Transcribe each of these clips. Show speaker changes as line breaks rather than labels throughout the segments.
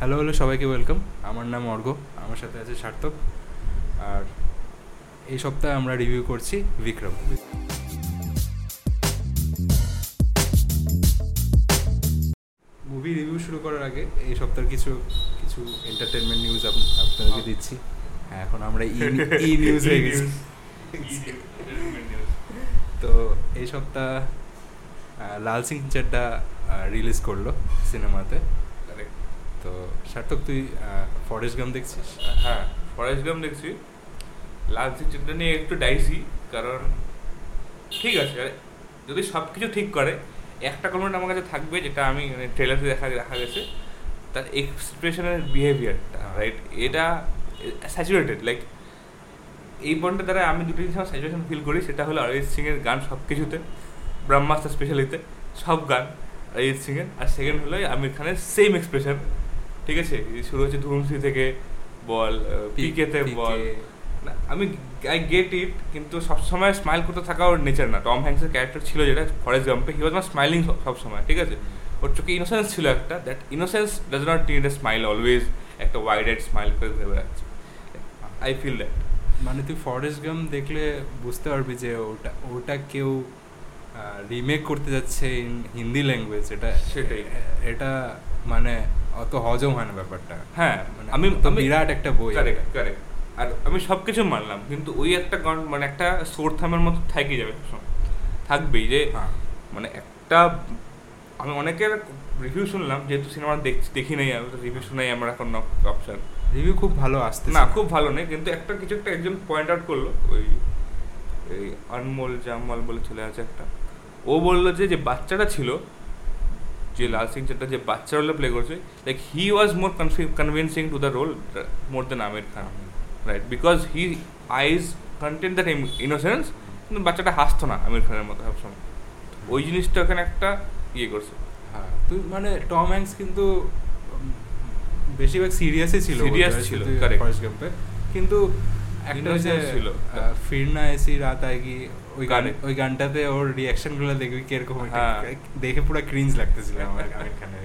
Hello hello সবাইকে welcome আমার নাম অর্ঘ আমার সাথে আছে সার্থক আর এই সপ্তাহে আমরা রিভিউ করছি বিক্রম মুভি রিভিউ শুরু করার আগে এই সপ্তাহের কিছু কিছু এন্টারটেনমেন্ট নিউজ আপনাদেরকে দিচ্ছি হ্যাঁ এখন আমরা ই নিউজ হয়ে গেছি তো এই সপ্তাহ আহ, লাল সিং চাড্ডা রিলিজ করলো সিনেমাতে তো সার্থক তুই ফরেস্ট গাম দেখছিস
হ্যাঁ ফরেস্ট গাম দেখছি লাল সিং চিত্রা নিয়ে একটু ডাইসি কারণ ঠিক আছে আর যদি সব কিছু ঠিক করে একটা কমেন্ট আমার কাছে থাকবে যেটা আমি মানে ট্রেলারে দেখা দেখা গেছে তার এক্সপ্রেশনের বিহেভিয়ারটা রাইট এটা স্যাচুরেটেড লাইক এই বন্ডে দ্বারা আমি দুটো জিনিস আমার স্যাচুরেশন ফিল করি সেটা হলো অরিজিৎ সিংয়ের গান সব কিছুতে ব্রহ্মাস্ত্র স্পেশালিতে সব গান অরিজিৎ সিংয়ের আর সেকেন্ড হলো আমির খানের সেম এক্সপ্রেশন ঠিক আছে এই শুরু হচ্ছে ধুমসি থেকে বল পিকেতে বল না, আমি আই গেট ইট কিন্তু সবসময় স্মাইল করতে থাকা ওর নেচার না টম হ্যাংসের ক্যারেক্টার ছিল যেটা ফরেস্ট গাম্পে হি ওয়াজ নট স্মাইলিং সবসময় ঠিক আছে ওর চোখে ইনোসেন্স ছিল একটা that innocence does not need a smile always একটা ওয়াইড হেড স্মাইল করে ভেবে রাখছে আই ফিল দ্যাট
মানে তুই ফরেস্ট গাম দেখলে বুঝতে পারবি যে ওটা ওটা কেউ রিমেক করতে যাচ্ছে ইন হিন্দি ল্যাঙ্গুয়েজ এটা
সেটাই।
এটা মানে অত হজম হয় না ব্যাপারটা
হ্যাঁ
মানে
আমি
তো
আমি
বিরাট একটা বই
কারেক্ট কারেক্ট আর আমি সব কিছু মানলাম কিন্তু ওই একটা গন- মানে একটা সোর থামের মতো থাকি যাবে সবসময় থাকবেই যে
হ্যাঁ
মানে একটা আমি অনেকের রিভিউ শুনলাম যেহেতু সিনেমা দেখছি দেখি নাই আমি রিভিউ শুনাই আমার এখন অপশন
রিভিউ খুব ভালো আসতে
না খুব ভালো নেই কিন্তু একটা কিছু একটা একজন পয়েন্ট আউট করলো ওই এই অনমোল জামল বলে চলে আছে একটা ও বললো যে যে বাচ্চাটা ছিল যে লাল সিং চাড্ডা যে বাচ্চা রোলে প্লে করছে like he was more convincing to the role more than Aamir Khan
হ্যাঁ।
Right because he eyes content that innocence কিন্তু বাচ্চাটা হাসতো না আমির খানের মতো সবসময় ওই জিনিসটা ওখানে একটা ইয়ে করছে
হ্যাঁ তুই মানে টম হ্যাঙ্কস কিন্তু উম, বেশিরভাগ সিরিয়াসই ছিল
Serious ছিল, correct.
ফার্স্ট গেমে কিন্তু একটা ওই যে
Innocence ছিল।
আহ, ফির না এসি রাত আয়গি ওই গান
Correct.
ওই গানটাতে ওর রিয়াকশন গুলো দেখবি কিরকম একটা-
হ্যাঁ।
দেখে পুরো ক্রিঞ্জ লাগতেছিল আমার আমির খানের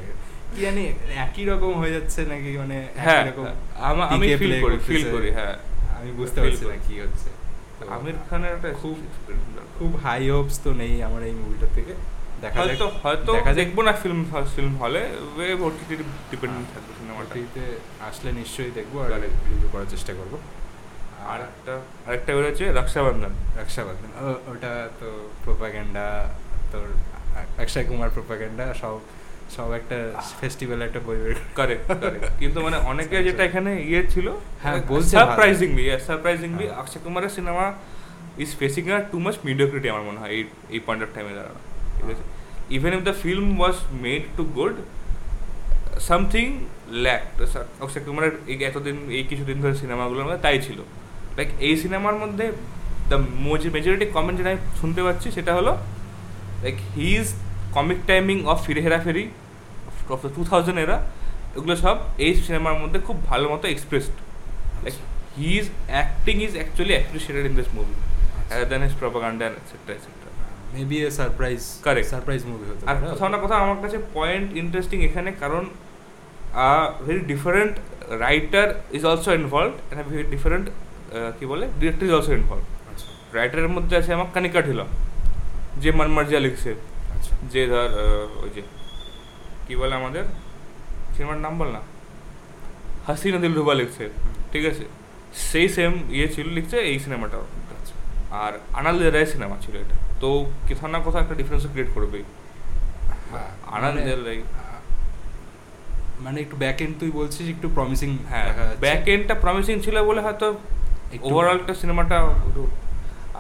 কি জানি একই রকম হয়ে যাচ্ছে নাকি মানে একই
হ্যাঁ
রকম
আমা- আমি
PK
ফিল
play
করি ফিল
করতেছে।
করি হ্যাঁ
আমি বুঝতে
Feel
পারছি
করি।
না কি হচ্ছে তো
আমির খানের একটা খুব
খুব হাই হোপস তো নেই আমার এই মুভিটা থেকে দেখা যাক
হয়তো হয়তো
দেখা যাক
দেখবো না ফিল্ম ফিল্ম হলে ওটিটি ডিপেন্ডেন্ট থাকবে সিনেমাটা
ওটিতে আসলে নিশ্চয়ই দেখবো আর
Correct.
রিভিউ করার চেষ্টা করবো
আর একটা আরেকটা বেরোচ্ছে রক্ষাবন্ধন
রক্ষাবন্ধন ও- ওটা তো প্রোপাগ্যান্ডা তোর আ- অক্ষয় কুমার প্রোপাগ্যান্ডা সব সব একটা ফেস্টিভ্যাল একটা বই বের করে।
করে কিন্তু মানে অনেকে যেটা এখানে ইয়ে ছিল
আচ্ছা, হ্যাঁ, বলছে ভালো।
সারপ্রাইজিংলি সারপ্রাইজিংলি
হ্যাঁ।
অক্ষয় কুমারের সিনেমা is facing a too much mediocrity আমার মনে হয় এই এই পয়েন্ট অফ টাইমে দাঁড়ানো ঠিক আছে even if the film was made to good something lack Akshay কুমারের এই এতদিন এই কিছুদিন ধরে সিনেমাগুলোর মধ্যে তাই ছিল লাইক এই সিনেমার মধ্যে দ্য মেজরিটি কমেন্ট যেটা আমি শুনতে পাচ্ছি সেটা হলো like he is comic timing of Phir Herapheri of two thousand এরা এগুলো সব এই সিনেমার মধ্যে খুব ভালো মতো expressed like he is acting is actually appreciated in this movie other than his propaganda etcetera etcetera
maybe a surprise
Correct.
Surprise movie হতে
আর
পারে
কোথাও না কোথাও আমার কাছে পয়েন্ট ইন্টারেস্টিং এখানে কারণ very different writer is also involve and very different কী বলে ডিরেক্টর ইজ অলসো ইনভলভ
আচ্ছা
রাইটারের মধ্যে আছে আমার কানিকা ঢিলা যে মনমার্জিয়া লিখছে
আচ্ছা
যে ধর আহ, ওই যে কী বলে আমাদের সিনেমার নাম বল না হাসিনা দিল রুবা লিখছে ঠিক আছে সেই সেম ইয়ে ছিল লিখছে এই সিনেমাটাও
আচ্ছা।
আর আনাল দে রায় সিনেমা ছিল এটা তো কোথাও না কোথাও একটা ডিফারেন্স ক্রিয়েট করবেই
হ্যাঁ,
আনাল
মানে-
দে রায়
মানে একটু ব্যাক এন্ড তুই বলছিস একটু প্রমিসিং
হ্যাঁ ব্যাক এন্ডটা প্রমিসিং ছিল বলে হয়তো
একটু-
ওভারঅলটা সিনেমাটা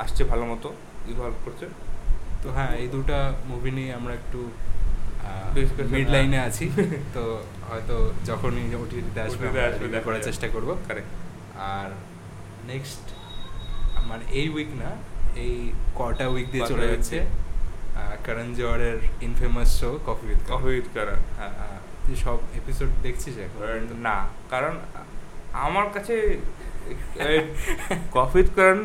আসছে ভালো মতো ইনভলভ করছে
তো হ্যাঁ এই দুটো মুভি নিয়ে আমরা একটু
Discussion,
মিড লাইনে
হ্যাঁ।
আছি তো হয়তো যখনই ওটিটিতে আসবে
OTT তে
আমরা
আসবে,
review
দেখা
করার
যাবে।
চেষ্টা করব
Correct.
আর নেক্সট মানে এই উইক না এই কটা উইক দিয়ে
কটা
চলে
week
যাচ্ছে
দিয়ে।
আহ, করণ জোয়ারের infamous show coffee with
coffee with Karan হ্যাঁ
হ্যাঁ তুই সব এপিসোড দেখছিস এখন
না কারণ আমার কাছে কফি উইথ কারণ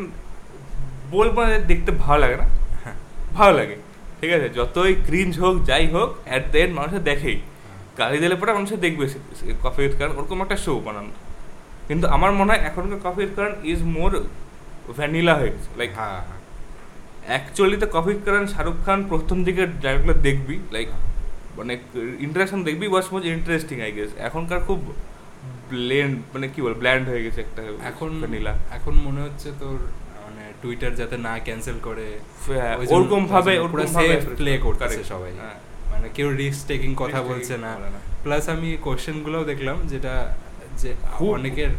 বলবো না যে দেখতে ভালো লাগে না
হ্যাঁ
ভালো লাগে ঠিক আছে যতই ক্রিঞ্জ হোক যাই হোক অ্যাট দ্য এন্ড মানুষের দেখেই গালি দিলে পরে মানুষে দেখবে সে- সে কফি উইথ কারণ ওরকম একটা শো বানান কিন্তু আমার মনে হয় এখনকার coffee with Karan is more vanilla হয়ে গেছে লাইক
হ্যাঁ হ্যাঁ
অ্যাকচুয়ালি তো কফি উইথ কারণ শাহরুখ খান প্রথম দিকে ডায়লগুলো দেখবি লাইক মানে ইন্টারাকশন দেখবি was more interesting I guess এখনকার খুব ব্লেন্ড মানে কি বল ব্ল্যান্ড হয়ে গেছে একটা
এখন
ভ্যানিলা
এখন মনে হচ্ছে তোর মানে টুইটার যাতে না ক্যান্সেল করে
হ্যাঁ,
ওই জন্য-
ওরকম ভাবে-
ওই জন্য পুরো
ওরকম ভাবে
safe play করতেছে
Correct,
সবাই
হ্যাঁ।
মানে কেউ রিস্ক টেকিং কথা
Risk-taking
বলছে না
বলে না।
প্লাস আমি কোশ্চেন গুলোও দেখলাম যেটা যে
খুব-
অনেকের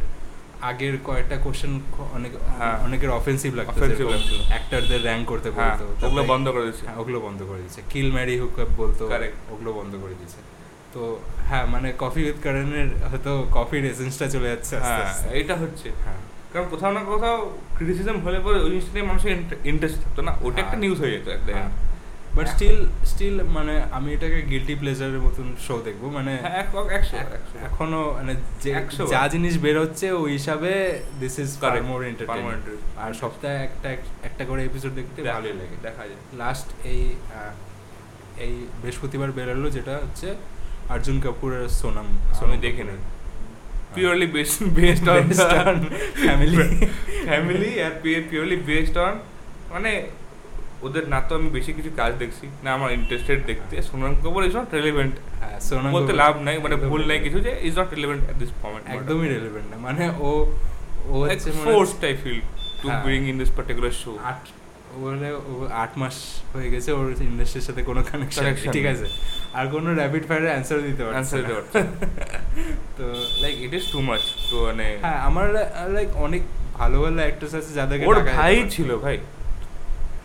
আগের কয়েকটা কোশ্চেন অনেক
হ্যাঁ।
অনেকের অফেন্সিভ লাগতো
Offensive লাগছিল।
অ্যাক্টরদের র্যাঙ্ক করতে
হ্যাঁ,
বলতো
ওগুলো
তারপরে-
বন্ধ করে দিয়েছে।
হ্যাঁ, ওগুলো বন্ধ করে দিয়েছে কিল ম্যারি হুক বলতো
Correct.
ওগুলো বন্ধ করে দিয়েছে তো হ্যাঁ মানে কফি উইথ কারণের হয়তো কফির এসেন্সটা চলে যাচ্ছে আস্তে
হ্যাঁ,
আস্তে।
এটা হচ্ছে
হ্যাঁ
কারণ কোথাও না কোথাও ক্রিটিসিজম হলে পরে ওই জিনিসটা নিয়ে মানুষের ইন্টারেস্ট থাকতো না ওটা একটা
হ্যাঁ।
নিউজ হয়ে যেত একটা
বাট
হ্যাঁ।
স্টিল স্টিল মানে আমি এটাকে গিলটি প্লেজারের মতন শো দেখবো মানে
হ্যাঁ, এক- এক- একশো,
এক-
একশো।
এখনো মানে যে
একশো
যা
বার।
জিনিস বের হচ্ছে ওই হিসাবে this is far
Correct,
more
far more
entertainment
entertaining.
আর সপ্তাহে একটা একটা করে এপিসোড দেখতে
দেখা-
ভালোই লাগে
দেখা যায়।
লাস্ট এই আহ, এই বৃহস্পতিবার বেরোলো যেটা হচ্ছে অর্জুন কাপুর আর সোনাম
আচ্ছা, আমি দেখে নাই purely based based
Based
on
on family.
Family আর পিওরলি বেসড অন মানে ওদের না তো আমি বেশি কিছু কাজ দেখছি না আমার ইন্টারেস্টেড দেখতে Sonam Kapoor is not relevant
হ্যাঁ, সোনম
বলতে
কাপুর-
লাভ নাই মানে
একদমই
ভুল নাই
relevant।
কিছু যে is not relevant at this moment
একদমই রেলেভেন্ট না মানে ও ও হচ্ছে মানে মনে হচ্ছে-
ফোর্সড আই ফিল টু
হ্যাঁ।
Bring in this particular show
আট বলে ও আট মাস হয়ে গেছে ওর ইন্ডাস্ট্রির সাথে কোনো কানেকশন
Connection
ঠিক
নেই।
আছে আর কোনো র্যাপিড ফায়ারের অ্যান্সার দিতে পারছে
Answer
না।
দিতে পারছে না।
তো
like it is too much তো মানে
হ্যাঁ আমার লাইক অনেক ভালো ভালো অ্যাক্ট্রেস আছে যাদেরকে
ওর
ডাকা যেতে
ভাই
পারতো।
ছিল ভাই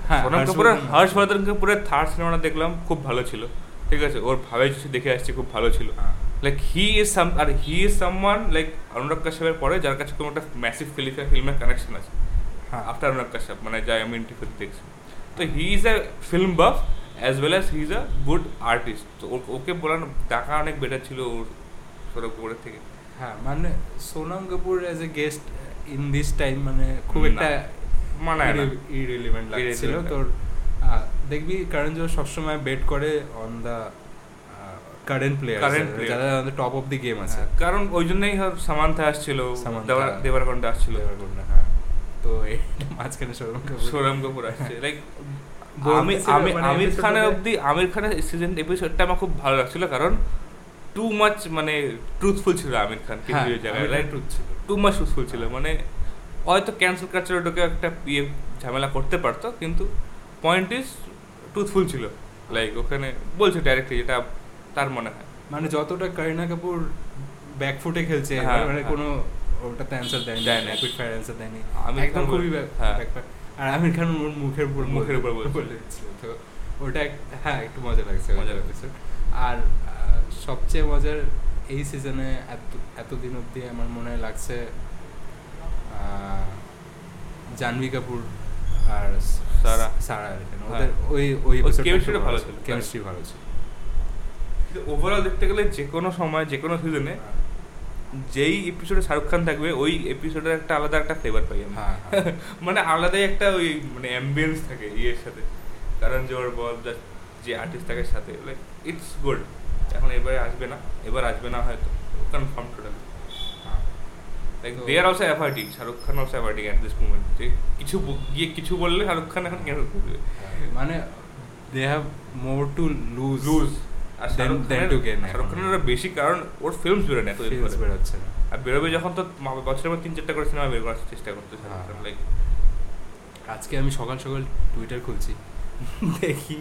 হ্যাঁ
সোনম কাপুর আর হর্ষবর্ধন কাপুরের থার্ড সিনেমাটা দেখলাম খুব ভালো ছিল ঠিক আছে ওর ভাবে কিছু দেখে আসছি খুব ভালো ছিল
হ্যাঁ।
লাইক হি ইজ সাম আর he is someone like Anurag কাশ্যপের পরে যার কাছে কোনো একটা ম্যাসিভ ফিলিফেয়ার ফিল্মের কানেকশন আছে
হ্যাঁ।
আফটার অনুরাগ কাশ্যপ মানে যা আমি ইন্টারভিউতে দেখছি তো he is a film buff as well as he is a good artist তো ও- ওকে বলার টাকা অনেক বেটার ছিল ওর সৌরভ কাপুরের থেকে
হ্যাঁ মানে Sonam Kapoor as a guest in this time মানে খুব
না,
একটা
মানায় মানে না।
ইরেলিভেন্ট লাগছিল
Irrelevant।
তোর আহ, দেখবি কারণ যে ও সবসময় বেট করে on the current player
Current player।
যারা on the top of the game আছে
হ্যাঁ, কারণ ওই জন্যই হয় সামান্থা আসছিল
সামান্থা।
দেবার- দেবারকন্ডা আসছিল
দেবারকোন্ডা, হ্যাঁ। তো এটা মাঝখানে সৌরভ কাপুর
সৌরভ কাপুর আসছে লাইক
বলতে
আমি
ছিল
আমি
মানে
আমির
episode
খানের
এ-
অবধি আমির খানের সিজন এপিসোডটা আমার খুব ভালো লাগছিল কারণ টু মাচ মানে ট্রুথফুল ছিল আমির খান
হ্যাঁ,
কিছু জায়গায়
আমির খান
রাইট
truth ছিল।
টু মাচ ট্রুথফুল ছিল মানে হয়তো ক্যান্সেল কালচার ওটাকে একটা ইয়ে ঝামেলা করতে পারতো কিন্তু পয়েন্ট ইজ ট্রুথফুল ছিল লাইক ওখানে বলছে ডাইরেক্টলি যেটা তার মনে হয়
মানে যতটা করিনা কাপুর ব্যাকফুটে খেলছে
হ্যাঁ,
এবার মানে
হ্যাঁ।
কোনো ওটাতে অ্যান্সার দেয়নি
দেয় না।
র্যাপিড ফায়ার অ্যান্সার দেয়নি
আমির
একদম
খান বলে-
খুবই back-
হ্যাঁ।
backfire। আর আমির খান ওর মুখের উপর
মুখের উপর বলছে।
বলে দিচ্ছিল। তো ওটা এক- হ্যাঁ একটু মজা লাগছে
মজা
মজা
লাগছে।
লাগছে আর আহ, সবচেয়ে মজার এই সিজনে এত এতদিন অবধি আমার মনে হয় লাগছে আহ, জাহ্নবী কাপুর আর
সারা।
সারা আর কি।
হ্যাঁ।
ওদের ওই ওই
ওর
episode টা
chemistry
খুব
ভালো ছিল।
chemistry ভালো ছিল
ওভারঅল দেখতে গেলে যে কোনো সময় যে কোনো সিজনে যেই এপিসোডে শাহরুখ খান থাকবে ওই এপিসোডের একটা আলাদা একটা ফ্লেভার পাই আমি
হ্যাঁ, হ্যাঁ।
মানে আলাদাই একটা ওই মানে অ্যাম্বিয়েন্স থাকে ইয়ের সাথে কারণ জোর বল that যে আর্টিস্ট থাকে সাথে লাইক ইটস গুড এখন এবারে আসবে না এবার আসবে না হয়তো কনফার্ম টোটাল
হ্যাঁ।
লাইক
তো-
they are also averting Shahrukh Khan also averting at this moment যে কিছু ব- গিয়ে কিছু বললে শাহরুখ খান এখন কেন করবে
মানে they have more to lose
lose আর
Then-
শাহরুখ
then
খানের
to gain
শাহরুখ
এখন।
খানের ওরা বেশি কারণ ওর ফিল্মস বেরোয় না এত এরপরে।
ফিলস বেরোচ্ছে না
আর বেরোবে যখন তো মা- বছরের পর তিন চারটা করে সিনেমা বের করার চেষ্টা করতে
হ্যাঁ।
লাইক
আজকে আমি সকাল সকাল টুইটার খুলছি দেখি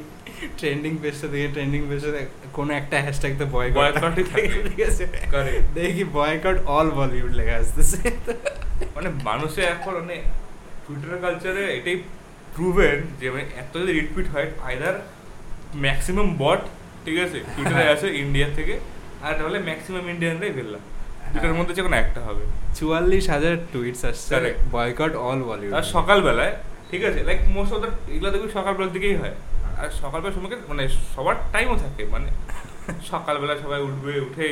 ট্রেন্ডিং পেজটা দেখে ট্রেন্ডিং পেজে কোনো একটা হ্যাশট্যাগ তো বয়কট
Boycott ই থাকবে।
ঠিক আছে
Correct.
দেখি বয়কট অল বলিউড লেখা আসতেছে
মানে মানুষে এখন মানে টুইটার কালচারে এটাই প্রুভেন যে মানে এত যদি রিটপিট হয় আইদার ম্যাক্সিমাম বট ঠিক আছে টুইটারে
হ্যাঁ।
আছে ইন্ডিয়া থেকে আর তাহলে ম্যাক্সিমাম ইন্ডিয়ানরাই ফেললাম দুটোর মধ্যে যে কোনো একটা হবে
চুয়াল্লিশ হাজার টুইটস আসছে
Correct.
বয়কট অল বলিউড
আর সকালবেলায় ঠিক আছে লাইক মোস্ট অফ দ্য এগুলো দেখবি সকালবেলার দিকেই হয় আর সকালবেলার সময় মানে সবার টাইমও থাকে মানে সকালবেলা সবাই উঠবে উঠে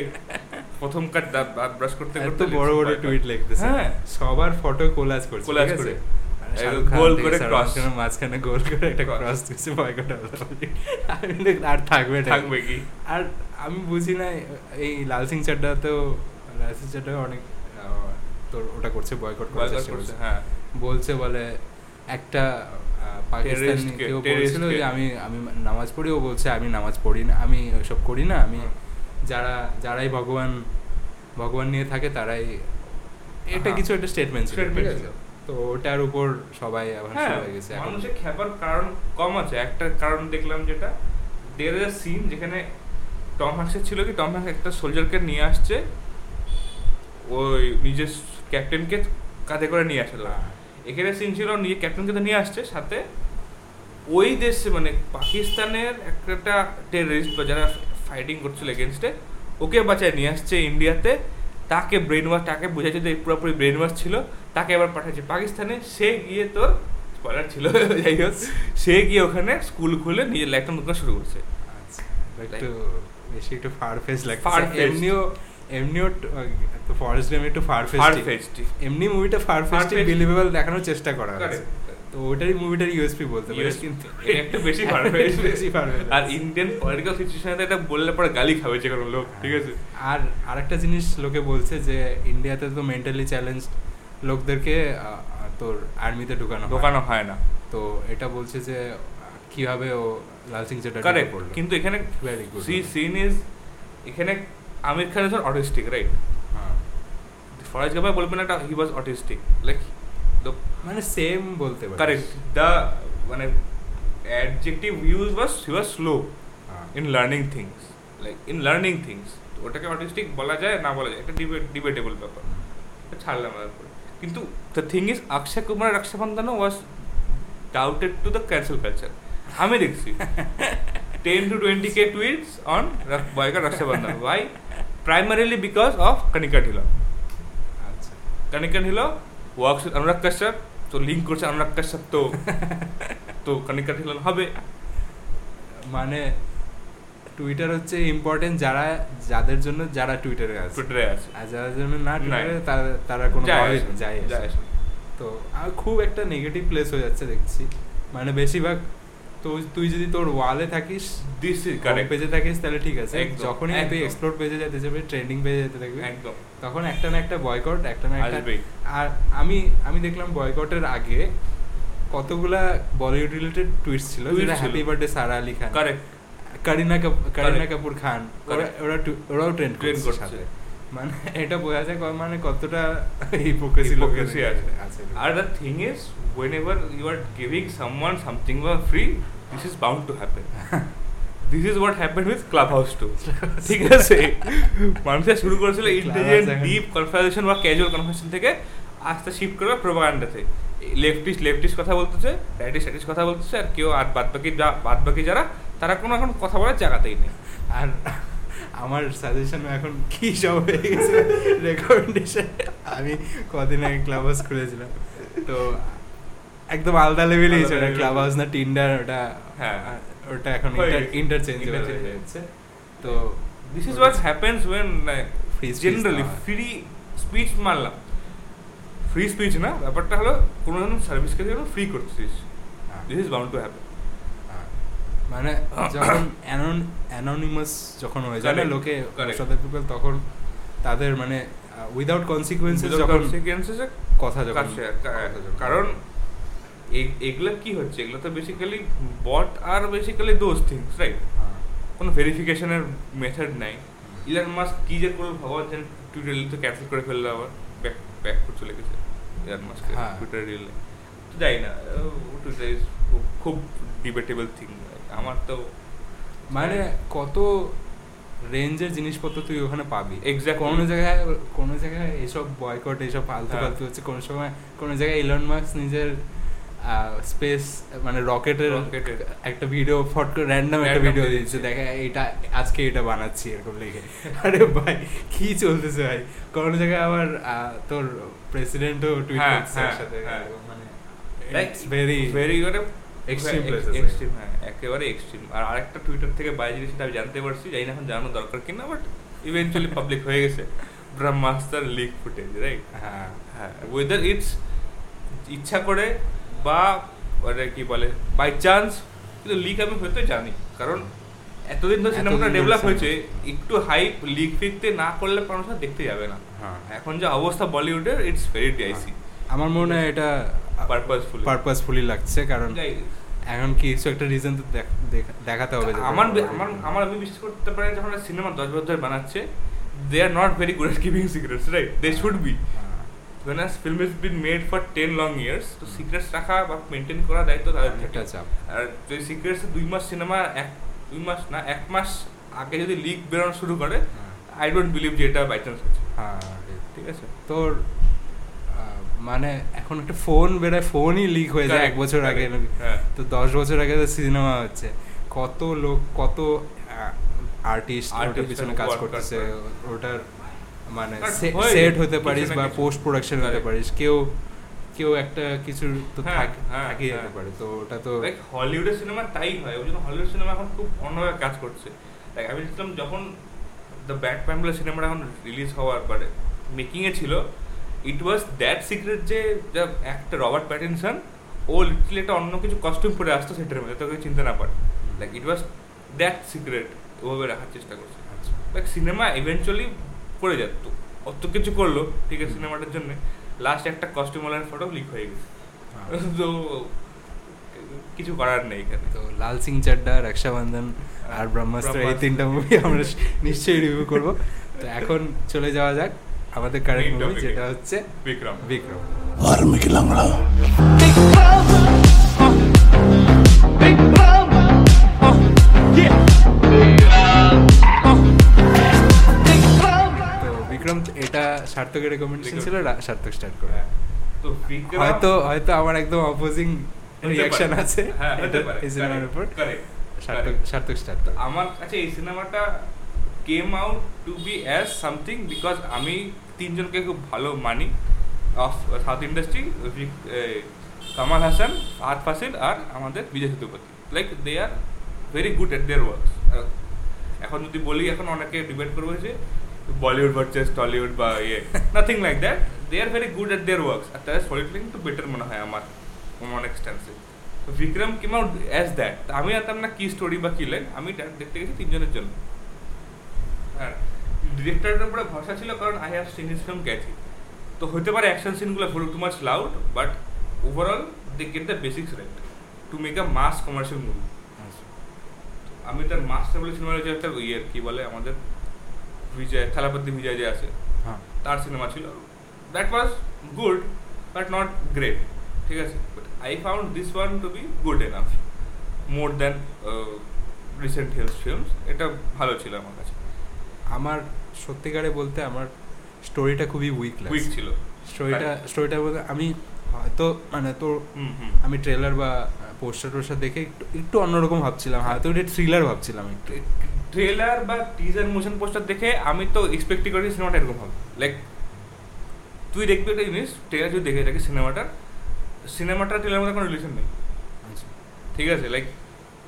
প্রথম কাজ দাঁত- দাঁত ব্রাশ করতে
এত
করতে
বড় বড়
সবাই-
টুইট লিখতেছে
হ্যাঁ
সবার ফটো কোলাজ করছে
Collage
ঠিক আছে?
করে।
মানে
একদম
শাহরুখ খান
গোল
থেকে
করে
সালমান
cross।
খানের মাঝখানে গোল করে একটা
Cross।
ক্রস দিচ্ছে বয়কট অল বলিউড আর থাকবে না।
থাকবে কি
আর আমি বুঝি না এই লাল সিং চাড্ডা তো লাল সিং চাড্ডা অনেক আহ, তোর ওটা করছে বয়কট করার
বয়কট
চেষ্টা
করছে
করছে
হ্যাঁ
বলছে বলে একটা আহ, পাকিস্তানি
Terrorist কে-
কেউ
terrorist
বলছিল যে
কে।
আমি আমি নামাজ পড়ি ও বলছে আমি নামাজ পড়ি না আমি ওসব করি না আমি
হুম।
যারা যারাই ভগবান ভগবান নিয়ে থাকে তারাই এটা
হ্যাঁ।
কিছু একটা স্টেটমেন্ট ছিল
Statement
ঠিক
ছিল।
আছে তো ওটার উপর সবাই আবার
হ্যাঁ
শুরু হয়ে গেছে এখন।
মানুষের খ্যাপার কারণ কম আছে একটা কারণ দেখলাম যেটা দের ইজ সিন যেখানে টম হ্যাক্সের ছিল কি টম হ্যাক্স একটা সোলজারকে নিয়ে আসছে ওই নিজের ক্যাপ্টেনকে কাঁধে করে নিয়ে আসলো
হ্যাঁ।
এখানে সিন ছিল নিজের ক্যাপ্টেনকে তো নিয়ে আসছে সাথে ওই দেশে মানে পাকিস্তানের একটা টেররিস্ট বা যারা ফাইটিং করছিল এগেনস্টে ওকে বাঁচায় নিয়ে আসছে ইন্ডিয়াতে তাকে ব্রেন ওয়াশ তাকে বোঝাচ্ছে যে পুরোপুরি ব্রেন ওয়াশ ছিল তাকে এবার পাঠাচ্ছে পাকিস্তানে সে গিয়ে তোর স্পলার ছিল যাই হোক সে গিয়ে ওখানে স্কুল খুলে নিজের লাইফটা নতুন করে শুরু করছে
আচ্ছা, একটু বেশি একটু ফার ফেজ লাগছে
Far-fetched।
এমনিও এমনিও ট- তো ফরেস্ট গেম একটু ফার ফেজ
Far-fetched।
এমনি মুভিটা ফার ফেজ
Far-fetched।
বিলিভেবল দেখানোর চেষ্টা করা হয়েছে
Correct।
তো ওটারই মুভিটার ইউএসপি বলতে পারিস
US-
কিন্তু
এটা একটু বেশি far-fetched।
বেশি far-fetched।
আর ইন্ডিয়ান পলিটিক্যাল সিচুয়েশনে এটা বললে পরে গালি খাবে যে কোনো লোক ঠিক আছে
আর আরেকটা জিনিস লোকে বলছে যে ইন্ডিয়াতে তো মেন্টালি চ্যালেঞ্জ লোকদেরকে আহ, আহ, তোর আর্মিতে ঢুকানো হয়।
দোকানও হয় না
তো এটা বলছে যে আহ, কিভাবে ও লাল সিং চেটা
কারেক্ট কিন্তু এখানে
Very good.
C scene is এখানে Aamir Khan is autistic right
হ্যাঁ।
ফরাজ গাবাই বলবেন একটা he was autistic like the
মানে সেম বলতে পারিস
কারেক্ট দ্য মানে adjective use was he was slow
হ্যাঁ।
In learning things like in learning things ওটাকে অটিস্টিক বলা যায় না বলা যায় এটা ডিবেটেবল ব্যাপার তো ছাড়লাম আর পরে। কিন্তু the thing is Akshay Kumar আর অক্ষয় বন্ধনও was doubted to the cancel culture আমি দেখছি ten to twenty K tweets on boycott Raksha Bandhan why primarily because of Kanika Dhillon
আচ্ছা
কণিকা ঢিলো ওয়ার্কস উইথ অনুরাগ কাশ্যপ তো লিঙ্ক করছে অনুরাগ কাশ্যপ তো তো কণিকা ঢিলন হবে
মানে টুইটার হচ্ছে ইম্পর্টেন্ট যারা যাদের জন্য যারা টুইটারে আছে
টুইটারে আছে
আর যাদের জন্য না
নাই।
টুইটারে তারা তারা কোনো
যায়
ভাবেই
আসে না,
যায় আসে
যায়
না।
আসে না।
তো আর খুব একটা নেগেটিভ প্লেস হয়ে যাচ্ছে দেখছি মানে বেশিরভাগ তো তুই যদি তোর ওয়ালে থাকিস
This is correct.
পেজে থাকিস তাহলে ঠিক আছে
একদম,
যখনই তুই
একদম।
এক্সপ্লোর পেজে যেতে যাবে ট্রেন্ডিং পেজে যেতে থাকবি
একদম
তখন একটা না একটা বয়কট একটা না একটা
আসবেই।
আর আমি আমি দেখলাম বয়কটের আগে কতগুলা বলিউড রিলেটেড টুইট ছিল
Tweets
যেটা
ছিল।
Happy birthday Sara Ali Khan
correct
Kareena কাপ- কারিনা
Correct.
কাপুর খান ওরা-
Correct.
ওরা টু- ওরাও ট্রেন্ড
Trend
করছে
করছে।
সাথে মানে এটা বোঝা যায় ক- মানে কতটা হিপোক্রেসি
Hypocrisy আছে। আর the thing is whenever you are giving someone something বা free this is bound to happen this is what happen with Clubhouse two ঠিক আছে মানুষের শুরু করেছিল
Clubhouse
ইন্টেলিজেন্ট
এখন-
ডিপ কনফারেশন বা ক্যাজুয়াল কনফারেশন থেকে আস্তে শিফট করবে প্রোপাগান্ডাতে লেফটিস্ট লেফটিস্ট কথা বলতেছে রাইটিস্ট রাইটিস্ট কথা বলতেছে আর কেউ আর বাদ বাকি যা বাদ বাকি যারা তারা কোনো এখন কথা বলার জায়গাতেই নেই
আর আমার সাজেশন এখন কি সব হয়ে গেছে রেকমেন্ডেশন আমি কদিন আগে ক্লাব হাউস খুলেছিলাম তো একদম আলাদা লেভেলেই
আলাদা
ওটা
level।
ক্লাব হাউস না টিন্ডার ওটা
হ্যাঁ।
ওটা এখন
হয়ে গেছে।
ইন্টারচেঞ্জ
Interchangeable
হয়ে
হয়ে
যাচ্ছে তো
this is what happens when
Free speech
generally
না হয়।
ফ্রি স্পিচ মানলাম ফ্রি স্পিচ না ব্যাপারটা হলো কোনো ধরনের সার্ভিসকে যেন ফ্রি করছিস
হ্যাঁ।
This is bound to happen
মানে যখন অ্যানোনিমাস যখন হয়ে যাবে
Correct,
লোকে
correct.
সাদার পিপল তখন তাদের মানে উইদাউট কনসিকুয়েন্সেস যখন কথা যখন কথা যখন-
কারণ এ- এগুলো কি হচ্ছে এগুলো তো বেসিক্যালি বট আর বেসিক্যালি দোজ থিংস রাইট
হ্যাঁ।
কোনো ভেরিফিকেশনের মেথড নাই ইলন মাস্ক কি যে করলো ভগবান জানে টুইটার রিল তো ক্যান্সেল করে ফেললো আবার ব্যাক ব্যাক করে চলে গেছে ইলন মাস্ক
হ্যাঁ।
টুইটার রিল তো যাই না টুইটার ইজ খুব ডিবেটেবল থিং আমার তো
মানে কত রেঞ্জের জিনিসপত্র তুই ওখানে পাবি
Exactly.
কোনো জায়গায় কোনো জায়গায় এসব বয়কট এসব ফালতু
হ্যাঁ।
ফালতু হচ্ছে কোনো সময় কোনো জায়গায় ইলন মার্কস নিজের স্পেস মানে রকেটের
Rocket-এর।
একটা ভিডিও ফট করে র্যান্ডম একটা
Random
ভিডিও
দিয়ে
দিচ্ছে
দিচ্ছে।
দেখা এটা আজকে এটা বানাচ্ছি এরকম লিখে আরে ভাই কি চলতেছে ভাই কোনো জায়গায় আবার আহ, তোর প্রেসিডেন্টও টুইট
হ্যাঁ,
করছে
হ্যাঁ,
একসাথে
হ্যাঁ।
এরকম মানে
Like,
ভেরি
very মানে good
extreme
extreme
places,
extreme হ্যাঁ একেবারে এক্সট্রিম আর আরেকটা টুইটার থেকে বাইরে জিনিস সেটা আমি জানতে পারছি জানি না এখন জানানো দরকার কিনা বাট ইভেন্চুয়ালি পাবলিক হয়ে গেছে ব্রহ্মাস্তার লিক ফুটেজ রাইট
হ্যাঁ
হ্যাঁ ওয়েদার ইটস ইচ্ছা করে মানে বা ওটা কি বলে বাই চান্স কিন্তু লিক আমি হয়তো জানি কারণ এতদিন তো
এতদিন
সিনেমাটা
ধরে
ডেভেলপ
cinema-
হয়েছে একটু হাইপ লিক ফিকতে না করলে মানুষ আর দেখতে যাবে না
হ্যাঁ
এখন যা অবস্থা বলিউডের ইটস ভেরি ডাইসি
আমার মনে হয় এটা
পারপাসফুল
পারপাসফুলি লাগছে হ্যাঁ। কারণ এখন কিছু একটা রিজন তো দেখ- দেখ- দেখাতে হবে যে-
আমার বে- আমার আমার আমি বিশ্বাস করতে পারি যখন সিনেমা দশ বছর ধরে বানাচ্ছে they are not very good at giving secrets right they should be
হ্যাঁ।
when as film has been made for 10 long years তো সিক্রেটস রাখা বা মেনটেন করা দায়িত্ব তাদের থাকে।
অনেকটা চাপ
আর যদি সিক্রেটস দুই মাস সিনেমা এক দুই মাস না এক মাস আগে যদি লিক বেরোনো শুরু করে
হ্যাঁ।
আই ডোন্ট বিলিভ যে এটা বাই চান্স হচ্ছে
হ্যাঁ ঠিক।
ঠিক আছে
তোর আহ, মানে এখন একটা ফোন বেড়ায় ফোনই লিক হয়ে যায় এক
Correct,
বছর আগে
correct, হ্যাঁ
তো দশ বছর আগে তো সিনেমা হচ্ছে কত লোক কত আর্টিস্ট
Artist
ওটার পিছনে
and
কাজ
work, work,
করতেছে ওটার মানে
But হয়
সেট হতে
কিছু
পারিস
না
বা
কিছু।
পোস্ট প্রোডাকশন হতে
Correct.
পারিস কেউ কেউ একটা কিছু তো
হ্যাঁ,
থাকে
হ্যাঁ,
থাকি যেতে
হ্যাঁ।
পারে তো ওটা তো
লাইক হলিউডের সিনেমা তাই হয় ওই জন্য হলিউড সিনেমা এখন খুব অন্যভাবে কাজ করছে লাইক আমি দেখলাম যখন দ্য ব্যাট প্যাম্পলের সিনেমাটা এখন রিলিজ হওয়ার পরে মেকিংয়ে ছিল ইট ওয়াজ দ্যাট সিক্রেট যে যা একটা রবার্ট প্যাটিনসন ও লিটলি একটা অন্য কিছু কস্টিউম পরে আসতো সেটার মধ্যে তোকে চিন্তা না পারে like it was that secret ওভাবে রাখার চেষ্টা করছে
আচ্ছা।
লাইক সিনেমা ইভেনচুয়ালি পড়ে যেত অত কিছু করলো ঠিক আছে সিনেমাটার জন্য লাস্ট একটা কস্টিউমওয়ালার ফটো লিক হয়ে গেছে
হ্যাঁ।
তো কিছু করার নেই এখানে
তো লাল সিং চাড্ডা রক্ষাবন্ধন আর ব্রহ্মাস্ত্র এই
হ্যাঁ। ব্রহ্মাস্ত্র।
তিনটা মুভি আমরা নিশ্চয়ই রিভিউ করব তো এখন চলে যাওয়া যাক আমাদের কারেন্ট
Main
মুভি
topic এ।
যেটা হচ্ছে
Vikram
Vikram
Army Langla.
Big Papa. Uh, Big Papa. Uh, yeah. Uh, Big Papa.
তো বিক্রম এটা সার্থকের রেকমেন্ডেশন
বিক্রম।
ছিল রা- সার্থক স্টার্ট করে
হ্যাঁ। তো বিক্রম
হয়তো হয়তো আমার একদম অপোজিং
হতে পারে।
রিয়াকশন আছে
হ্যাঁ হতে
এটা-
পারে
এই সিনেমার উপর
Correct,
সার্থক
correct.
সার্থক স্টার্ট
আমার কাছে এই সিনেমাটা came out to be as something because আমি তিনজনকে খুব ভালো মানি of south industry Kamal Haasan Fahadh Faasil আর আমাদের Vijay Sethupathi like they are very good at their work এখন যদি বলি এখন অনেকে ডিবেট করবে যে বলিউড ভার্সেস টলিউড বা ইয়ে nothing like that they are very good at their works আর তাদের সলিউটলি কিন্তু বেটার মনে হয় আমার অনেক এক্সটেন্সে তো Vikram came out as that আমি জানতাম না কি স্টোরি বা কি লাইন আমি direct দেখতে গেছি তিনজনের জন্য হ্যাঁ ডিরেক্টরের উপরে ভরসা ছিল কারণ I have seen his film Kaithi তো হতে পারে অ্যাকশন সিনগুলো ভুল too much loud but overall they get the basics right to make a mass commercial movie আমি তার মাস্টার বলে সিনেমা রয়েছে একটা ইয়ে কি বলে আমাদের বিজয় থালাপতি বিজয় যে আছে
হ্যাঁ
তার সিনেমা ছিল that was good but not great ঠিক আছে but I found this one to be good enough more than uh, recent hills films এটা ভালো ছিল আমার কাছে
আমার সত্যিকারে বলতে আমার স্টোরিটা খুবই উইক
উইক
লাগছে
ছিল
স্টোরিটা
Correct.
স্টোরিটা বলতে আমি হয়তো মানে তোর
হুম হুম
আমি ট্রেলার বা পোস্টার টোস্টার দেখে একটু একটু অন্যরকম ভাবছিলাম হয়তো এটা থ্রিলার ভাবছিলাম একটু
ট্রেলার বা টিজার মোশন পোস্টার দেখে আমি তো এক্সপেক্ট করি সিনেমাটা এরকম হবে লাইক তুই দেখবি একটা জিনিস ট্রেলার যদি দেখে থাকে সিনেমাটার সিনেমাটার ট্রেলার মধ্যে কোনো রিলেশন নেই
আচ্ছা
ঠিক আছে লাইক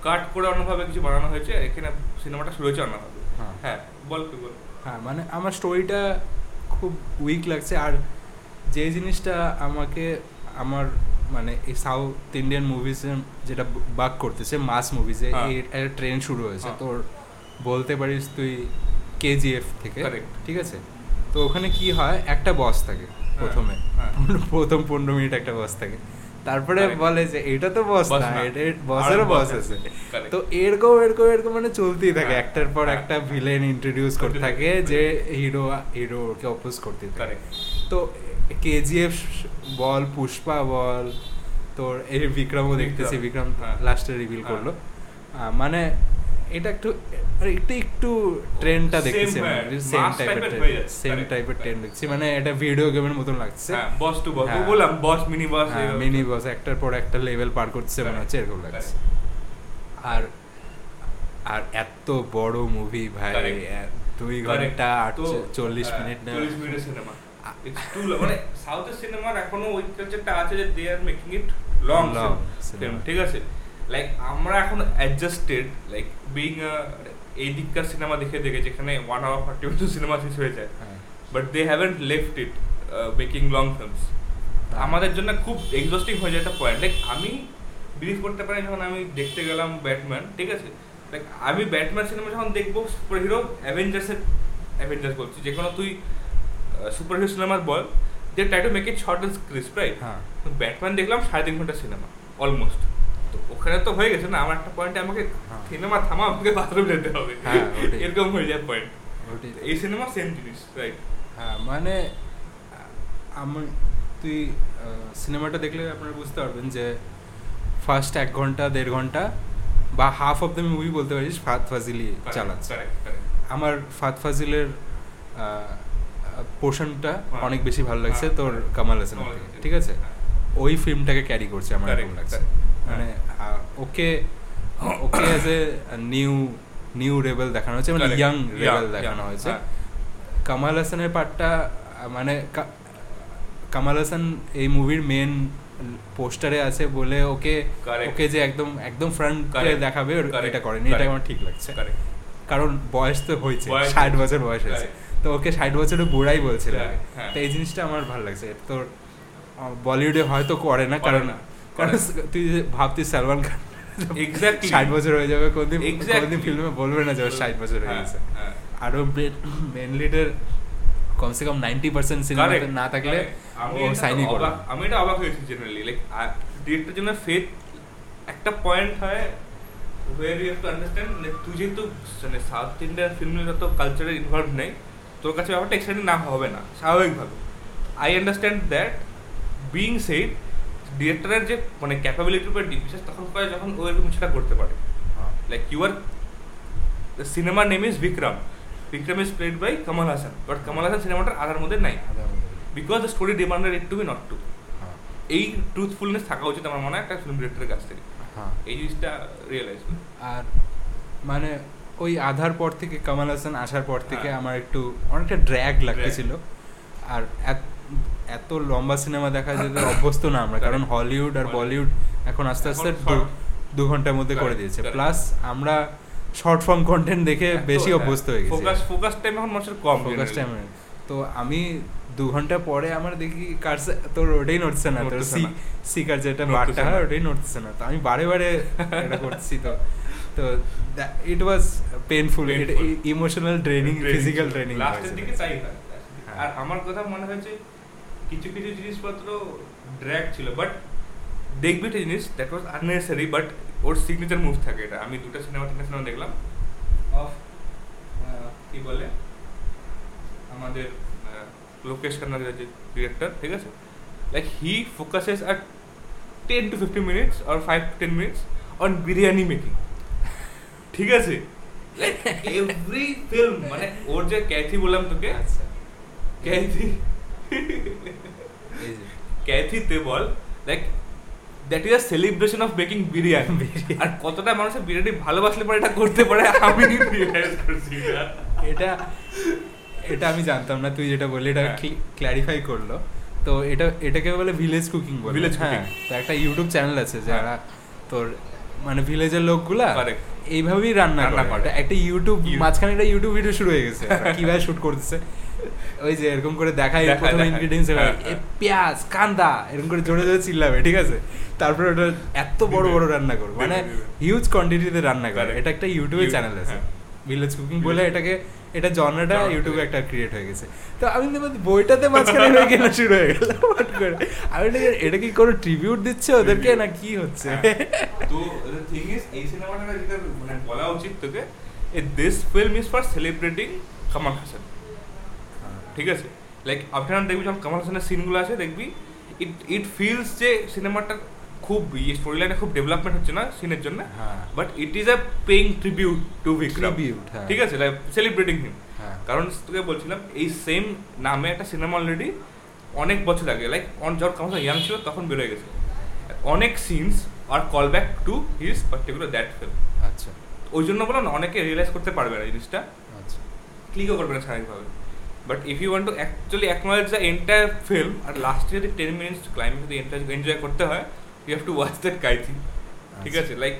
কাট করে অন্যভাবে কিছু বানানো হয়েছে এখানে সিনেমাটা শুরু হয়েছে অন্যভাবে
হ্যাঁ।
হ্যাঁ বল তুই বল
হ্যাঁ মানে আমার স্টোরিটা খুব উইক লাগছে আর যে জিনিসটা আমাকে আমার মানে এই সাউথ ইন্ডিয়ান মুভিসে যেটা বাক করতেছে মাস মুভিসে
হ্যাঁ।
এই একটা ট্রেন শুরু হয়েছে
হ্যাঁ।
তোর বলতে পারিস তুই কেজিএফ থেকে
Correct.
ঠিক আছে তো ওখানে কি হয় একটা বস থাকে প্রথমে
হ্যাঁ।
পনেরো- প্রথম পনেরো মিনিট একটা বস থাকে তারপরে
Correct.
বলে যে এটা তো বস
Boss
না
না।
এটা বসেরও
আরো
বস
boss
আছে
আছে। Correct.
তো এরকম এরকম এরকম মানে চলতেই থাকে
হ্যাঁ,
একটার পর
হ্যাঁ।
একটা ভিলেন ইন্ট্রোডিউস করতে থাকে যে হিরো হিরো ওকে অপোজ করতে থাকে
Correct.
তো কেজিএফ বল পুষ্পা বল তোর এই বিক্রমও দেখতেছি বিক্রম
বিক্রম, হ্যাঁ।
লাস্টে রিভিল
হ্যাঁ।
করলো আহ, মানে এটা একটু আরে একটু একটু ট্রেনটা
Same
দেখতেছি
হয়,
সেম
mass
টাইপের
type এর
ট্রেন
হয়ে যাচ্ছে,
সেম
correct,
টাইপের ট্রেন
correct.
দেখছি মানে এটা ভিডিও গেমের মতন লাগছে
হ্যাঁ বস টু বস
হ্যাঁ।
বললাম boss mini boss
mini boss একটার পর একটা লেভেল পার করতেছে মনে
Correct,
হচ্ছে এরকম লাগছে আর আর এত বড় মুভি ভাই
Correct.
এ- দুই ঘন্টা আট চল্লিশ মিনিট না
হ্যাঁ, চল্লিশ মিনিটের সিনেমা
আ-
ইটস টু মানে সাউথের সিনেমার এখনো ওই কালচারটা আছে যে they are making it long
Long
film
cinema.
ঠিক আছে লাইক আমরা এখন অ্যাডজাস্টেড লাইক বিং এই দিককার সিনেমা দেখে দেখে যেখানে ওয়ান আওয়ার ফর্টি মিনিট সিনেমা শেষ হয়ে যায়
হ্যাঁ।
But they haven't left it making long films আমাদের জন্য খুব এক্সস্টিং হয়ে যায় একটা পয়েন্ট লাইক আমি বিলিভ করতে পারি যখন আমি দেখতে গেলাম ব্যাটম্যান ঠিক আছে লাইক আমি ব্যাটম্যান সিনেমা যখন দেখবো সুপার হিরো অ্যাভেঞ্জার্সের অ্যাভেঞ্জার্স বলছি যে কোনো তুই সুপার হিরো সিনেমার বল যে try to make it short and crisp right
হ্যাঁ
ব্যাটম্যান দেখলাম সাড়ে তিন ঘন্টা সিনেমা অলমোস্ট তো ওখানে তো হয়ে গেছে না আমার একটা পয়েন্টে আমাকে
হ্যাঁ।
সিনেমা থামা আমাকে বাথরুম যেতে হবে
হ্যাঁ, ওটাই।
এরকম হয়ে যায় পয়েন্ট
ওটাই।
এই সিনেমা সেম জিনিস রাইট
হ্যাঁ মানে আমার তুই আহ, সিনেমাটা দেখলে আপনারা বুঝতে পারবেন যে ফার্স্ট এক ঘন্টা দেড় ঘন্টা বা হাফ অফ দ্য মুভি বলতে পারিস ফাত ফাজিলি চালাচ্ছে আমার ফাত ফাজিলের পোর্শনটা
হ্যাঁ।
অনেক বেশি ভালো লাগছে
হ্যাঁ।
তোর কামাল হাসান
কামাল
থেকে,
হাসান।
ঠিক আছে
হ্যাঁ।
ওই ফিল্মটাকে ক্যারি করছে আমার
Correct,
এরকম লাগছে
correct.
মানে uh, okay okay as a new new rebel দেখানো হয়েছে মানে ইয়াং রেবেল দেখানো
হ্যাঁ।
হয়েছে কামাল হাসানের পার্টটা মানে কা- কামাল হাসান এই মুভির মেন পোস্টারে আছে বলে ওকে
Correct.
ওকে যে একদম একদম ফ্রন্ট
Correct.
দেখাবে ওর-
Correct.
এটা করেনি
Correct.
এটা আমার ঠিক লাগছে
Correct.
কারণ বয়স তো হয়েছে
বয়স
ষাট
হয়েছে।
বছর বয়স হয়েছে
Correct.
তো ওকে ষাট বছরের বুড়াই বলছিল
Correct.
আগে।
হ্যাঁ।
তো এই জিনিসটা আমার ভালো লাগছে তোর বলিউডে হয়তো করে না
করে
কারণ
না।
কারণ
Correct.
তুই যে ভাবতিস সালমান খান
Exactly.
ষাট বছর হয়ে যাবে কোনদিন
Exactly.
কোনদিন ফিল্মে বলবে না যে ওর ষাট বছর হয়ে
হ্যাঁ,
গেছে
হ্যাঁ।
আরও মেন লিডের কমসে কম নাইনটি পার্সেন্ট সিনেমা
Correct,
না থাকলে
correct. আমি
ও
এটা
সাইনই করবে
অবাক- আমি এটা অবাক হয়েছি জেনারেলি লাইক ডিরেক্টর জন্য ফেথ একটা পয়েন্ট হয় ওয়ের ইউ টু আন্ডারস্ট্যান্ড তুই যেহেতু মানে সাউথ ইন্ডিয়ান ফিল্মের যত কালচারে ইনভলভ নেই তোর কাছে ব্যাপারটা এক্সাইটেড না হবে না স্বাভাবিকভাবে I understand that being said ডিরেক্টরের যে মানে ক্যাপাবিলিটির উপর বিশেষ তখন করে যখন ও এরকম সেটা করতে পারে like you are the cinema name is Vikram Vikram is played by Kamal Haasan but Kamal Haasan সিনেমাটার আধার মধ্যে নাই because the story demanded it to be not to এই ট্রুথফুলনেস থাকা উচিত আমার মনে হয় একটা ফিল্ম ডিরেক্টরের কাছ থেকে
হ্যাঁ।
এই জিনিসটা রিয়েলাইজ
আর মানে ওই আধার পর থেকে কামাল হাসান আসার পর থেকে
হ্যাঁ।
আমার একটু অনেকটা ড্র্যাগ লাগতেছিল আর এত- এত লম্বা সিনেমা দেখা যেতে অভ্যস্ত না আমরা কারণ
Correct.
হলিউড আর
Correct.
বলিউড এখন আস্তে আস্তে
এখন
দু-
short.
দু ঘন্টার মধ্যে করে
Correct,
দিয়েছে
correct.
প্লাস আমরা শর্ট ফর্ম কন্টেন্ট দেখে বেশি
হ্যাঁ,
অভ্যস্ত হয়ে গেছি
ফোকাস ফোকাস টাইম এখন মানুষের কম
ফোকাস টাইমে তো আমি দু ঘন্টা পরে আমার দেখি কার তোর ওটাই নড়ছে না তোর
নড়তেছে
সি
না।
সি কার যেটা
নড়তেছে
বারটা হয়
না।
ওটাই নড়তেছে না তো আমি বারে বারে এটা করছি তো তো it was painful
Painful.
Emotional training physical training
লাস্টের দিকে তাই হয়
হ্যাঁ।
আর আমার কথা মনে হয়েছে কিছু কিছু জিনিসপত্র ড্র্যাগ ছিল বাট দেখবি একটা জিনিস দ্যাট ওয়াজ আননেসেসারি বাট ওর সিগনেচার মুভ থাকে এটা আমি দুটো সিনেমা তিনটা সিনেমা দেখলাম অফ কি বলে আমাদের আহ, লোকেশ খান্নার যে ডিরেক্টর ঠিক আছে like he focuses at ten to fifteen minutes or five ten minutes on biryani making ঠিক আছে এভরি ফিল্ম মানে ওর যে ক্যাথি বললাম তোকে
আচ্ছা,
ক্যাথি ক্যাথিতে বল like that is a celebration of making biryani
biryani.
আর কতটা মানুষের বিরিয়ানি ভালোবাসলে পরে এটা করতে পারে আমি realize করছি না।
এটা এটা আমি জানতাম না তুই যেটা বললি এটা
হ্যাঁ।
ক্ল্যারিফাই করলো তো এটা এটাকে বলে ভিলেজ কুকিং বলে
Village
হ্যাঁ
cooking.
তো একটা ইউটিউব চ্যানেল আছে
হ্যাঁ।
যারা তোর মানে ভিলেজের লোকগুলা
Correct.
এইভাবেই রান্না
রান্না
করে
করে।
একটা- একটা ইউটিউব
You- হ্যাঁ।
মাঝখানে একটা ইউটিউব ভিডিও শুরু হয়ে গেছে ওরা কিভাবে শুট করতেছে ওই যে এরকম করে দেখায়
দেখায়,
প্রথম
দেখায়।
ইনগ্রিডিয়েন্টস
হ্যাঁ, হ্যাঁ।
পেঁয়াজ কান্দা এরকম করে জোরে জোরে চিল্লাবে ঠিক আছে তারপরে ওটা এত বড় বড় রান্না করবে মানে
দিবে, দিবে।
হিউজ কোয়ান্টিটিতে রান্না করে
Correct.
এটা একটা ইউটিউবে
You-
চ্যানেল আছে
হ্যাঁ।
ভিলেজ কুকিং
Village
বলে এটাকে এটা জনরাটা
Genre
ইউটিউবে
create.
একটা ক্রিয়েট হয়ে গেছে তো আমি তো বলছি, বইটাতে মাঝখানে হয়ে গেল শুরু হয়ে গেল হট করে আমি এটা- এটা কি কোনো ট্রিবিউট দিচ্ছে ওদেরকে
Tribute.
না কি হচ্ছে
তো तो the thing is, এই সিনেমাটা যেটা মানে বলা উচিত তোকে this film is for celebrating Kamal Haasan ঠিক আছে লাইক আপনারা দেখবি যখন কামাল হাসানের সিনগুলো আছে দেখবি ইট ইট ফিলস যে সিনেমাটা খুব স্টোরি লাইনে খুব ডেভেলপমেন্ট হচ্ছে না সিনের জন্য
হ্যাঁ।
But it is a paying tribute to Vikram
Tribute, হ্যাঁ।
ঠিক আছে লাইক সেলিব্রেটিং হিম
হ্যাঁ।
কারণ তোকে বলছিলাম এই সেম নামে একটা সিনেমা অলরেডি অনেক বছর আগে লাইক অন যখন কামাল ইয়াং ছিল তখন বেরোয় গেছে অনেক সিনস আর call back to his particular that film
আচ্ছা
ওই জন্য বললাম না, অনেকে রিয়েলাইজ করতে পারবে না জিনিসটা
আচ্ছা
ক্লিকও করবে না স্বাভাবিকভাবে but if you want to actually acknowledge the entire film আর লাস্টে যদি টেন মিনিটস ক্লাইম্বিং যদি এনজয় করতে হয় you have to watch that Kaithi ঠিক
আচ্ছা।
আছে লাইক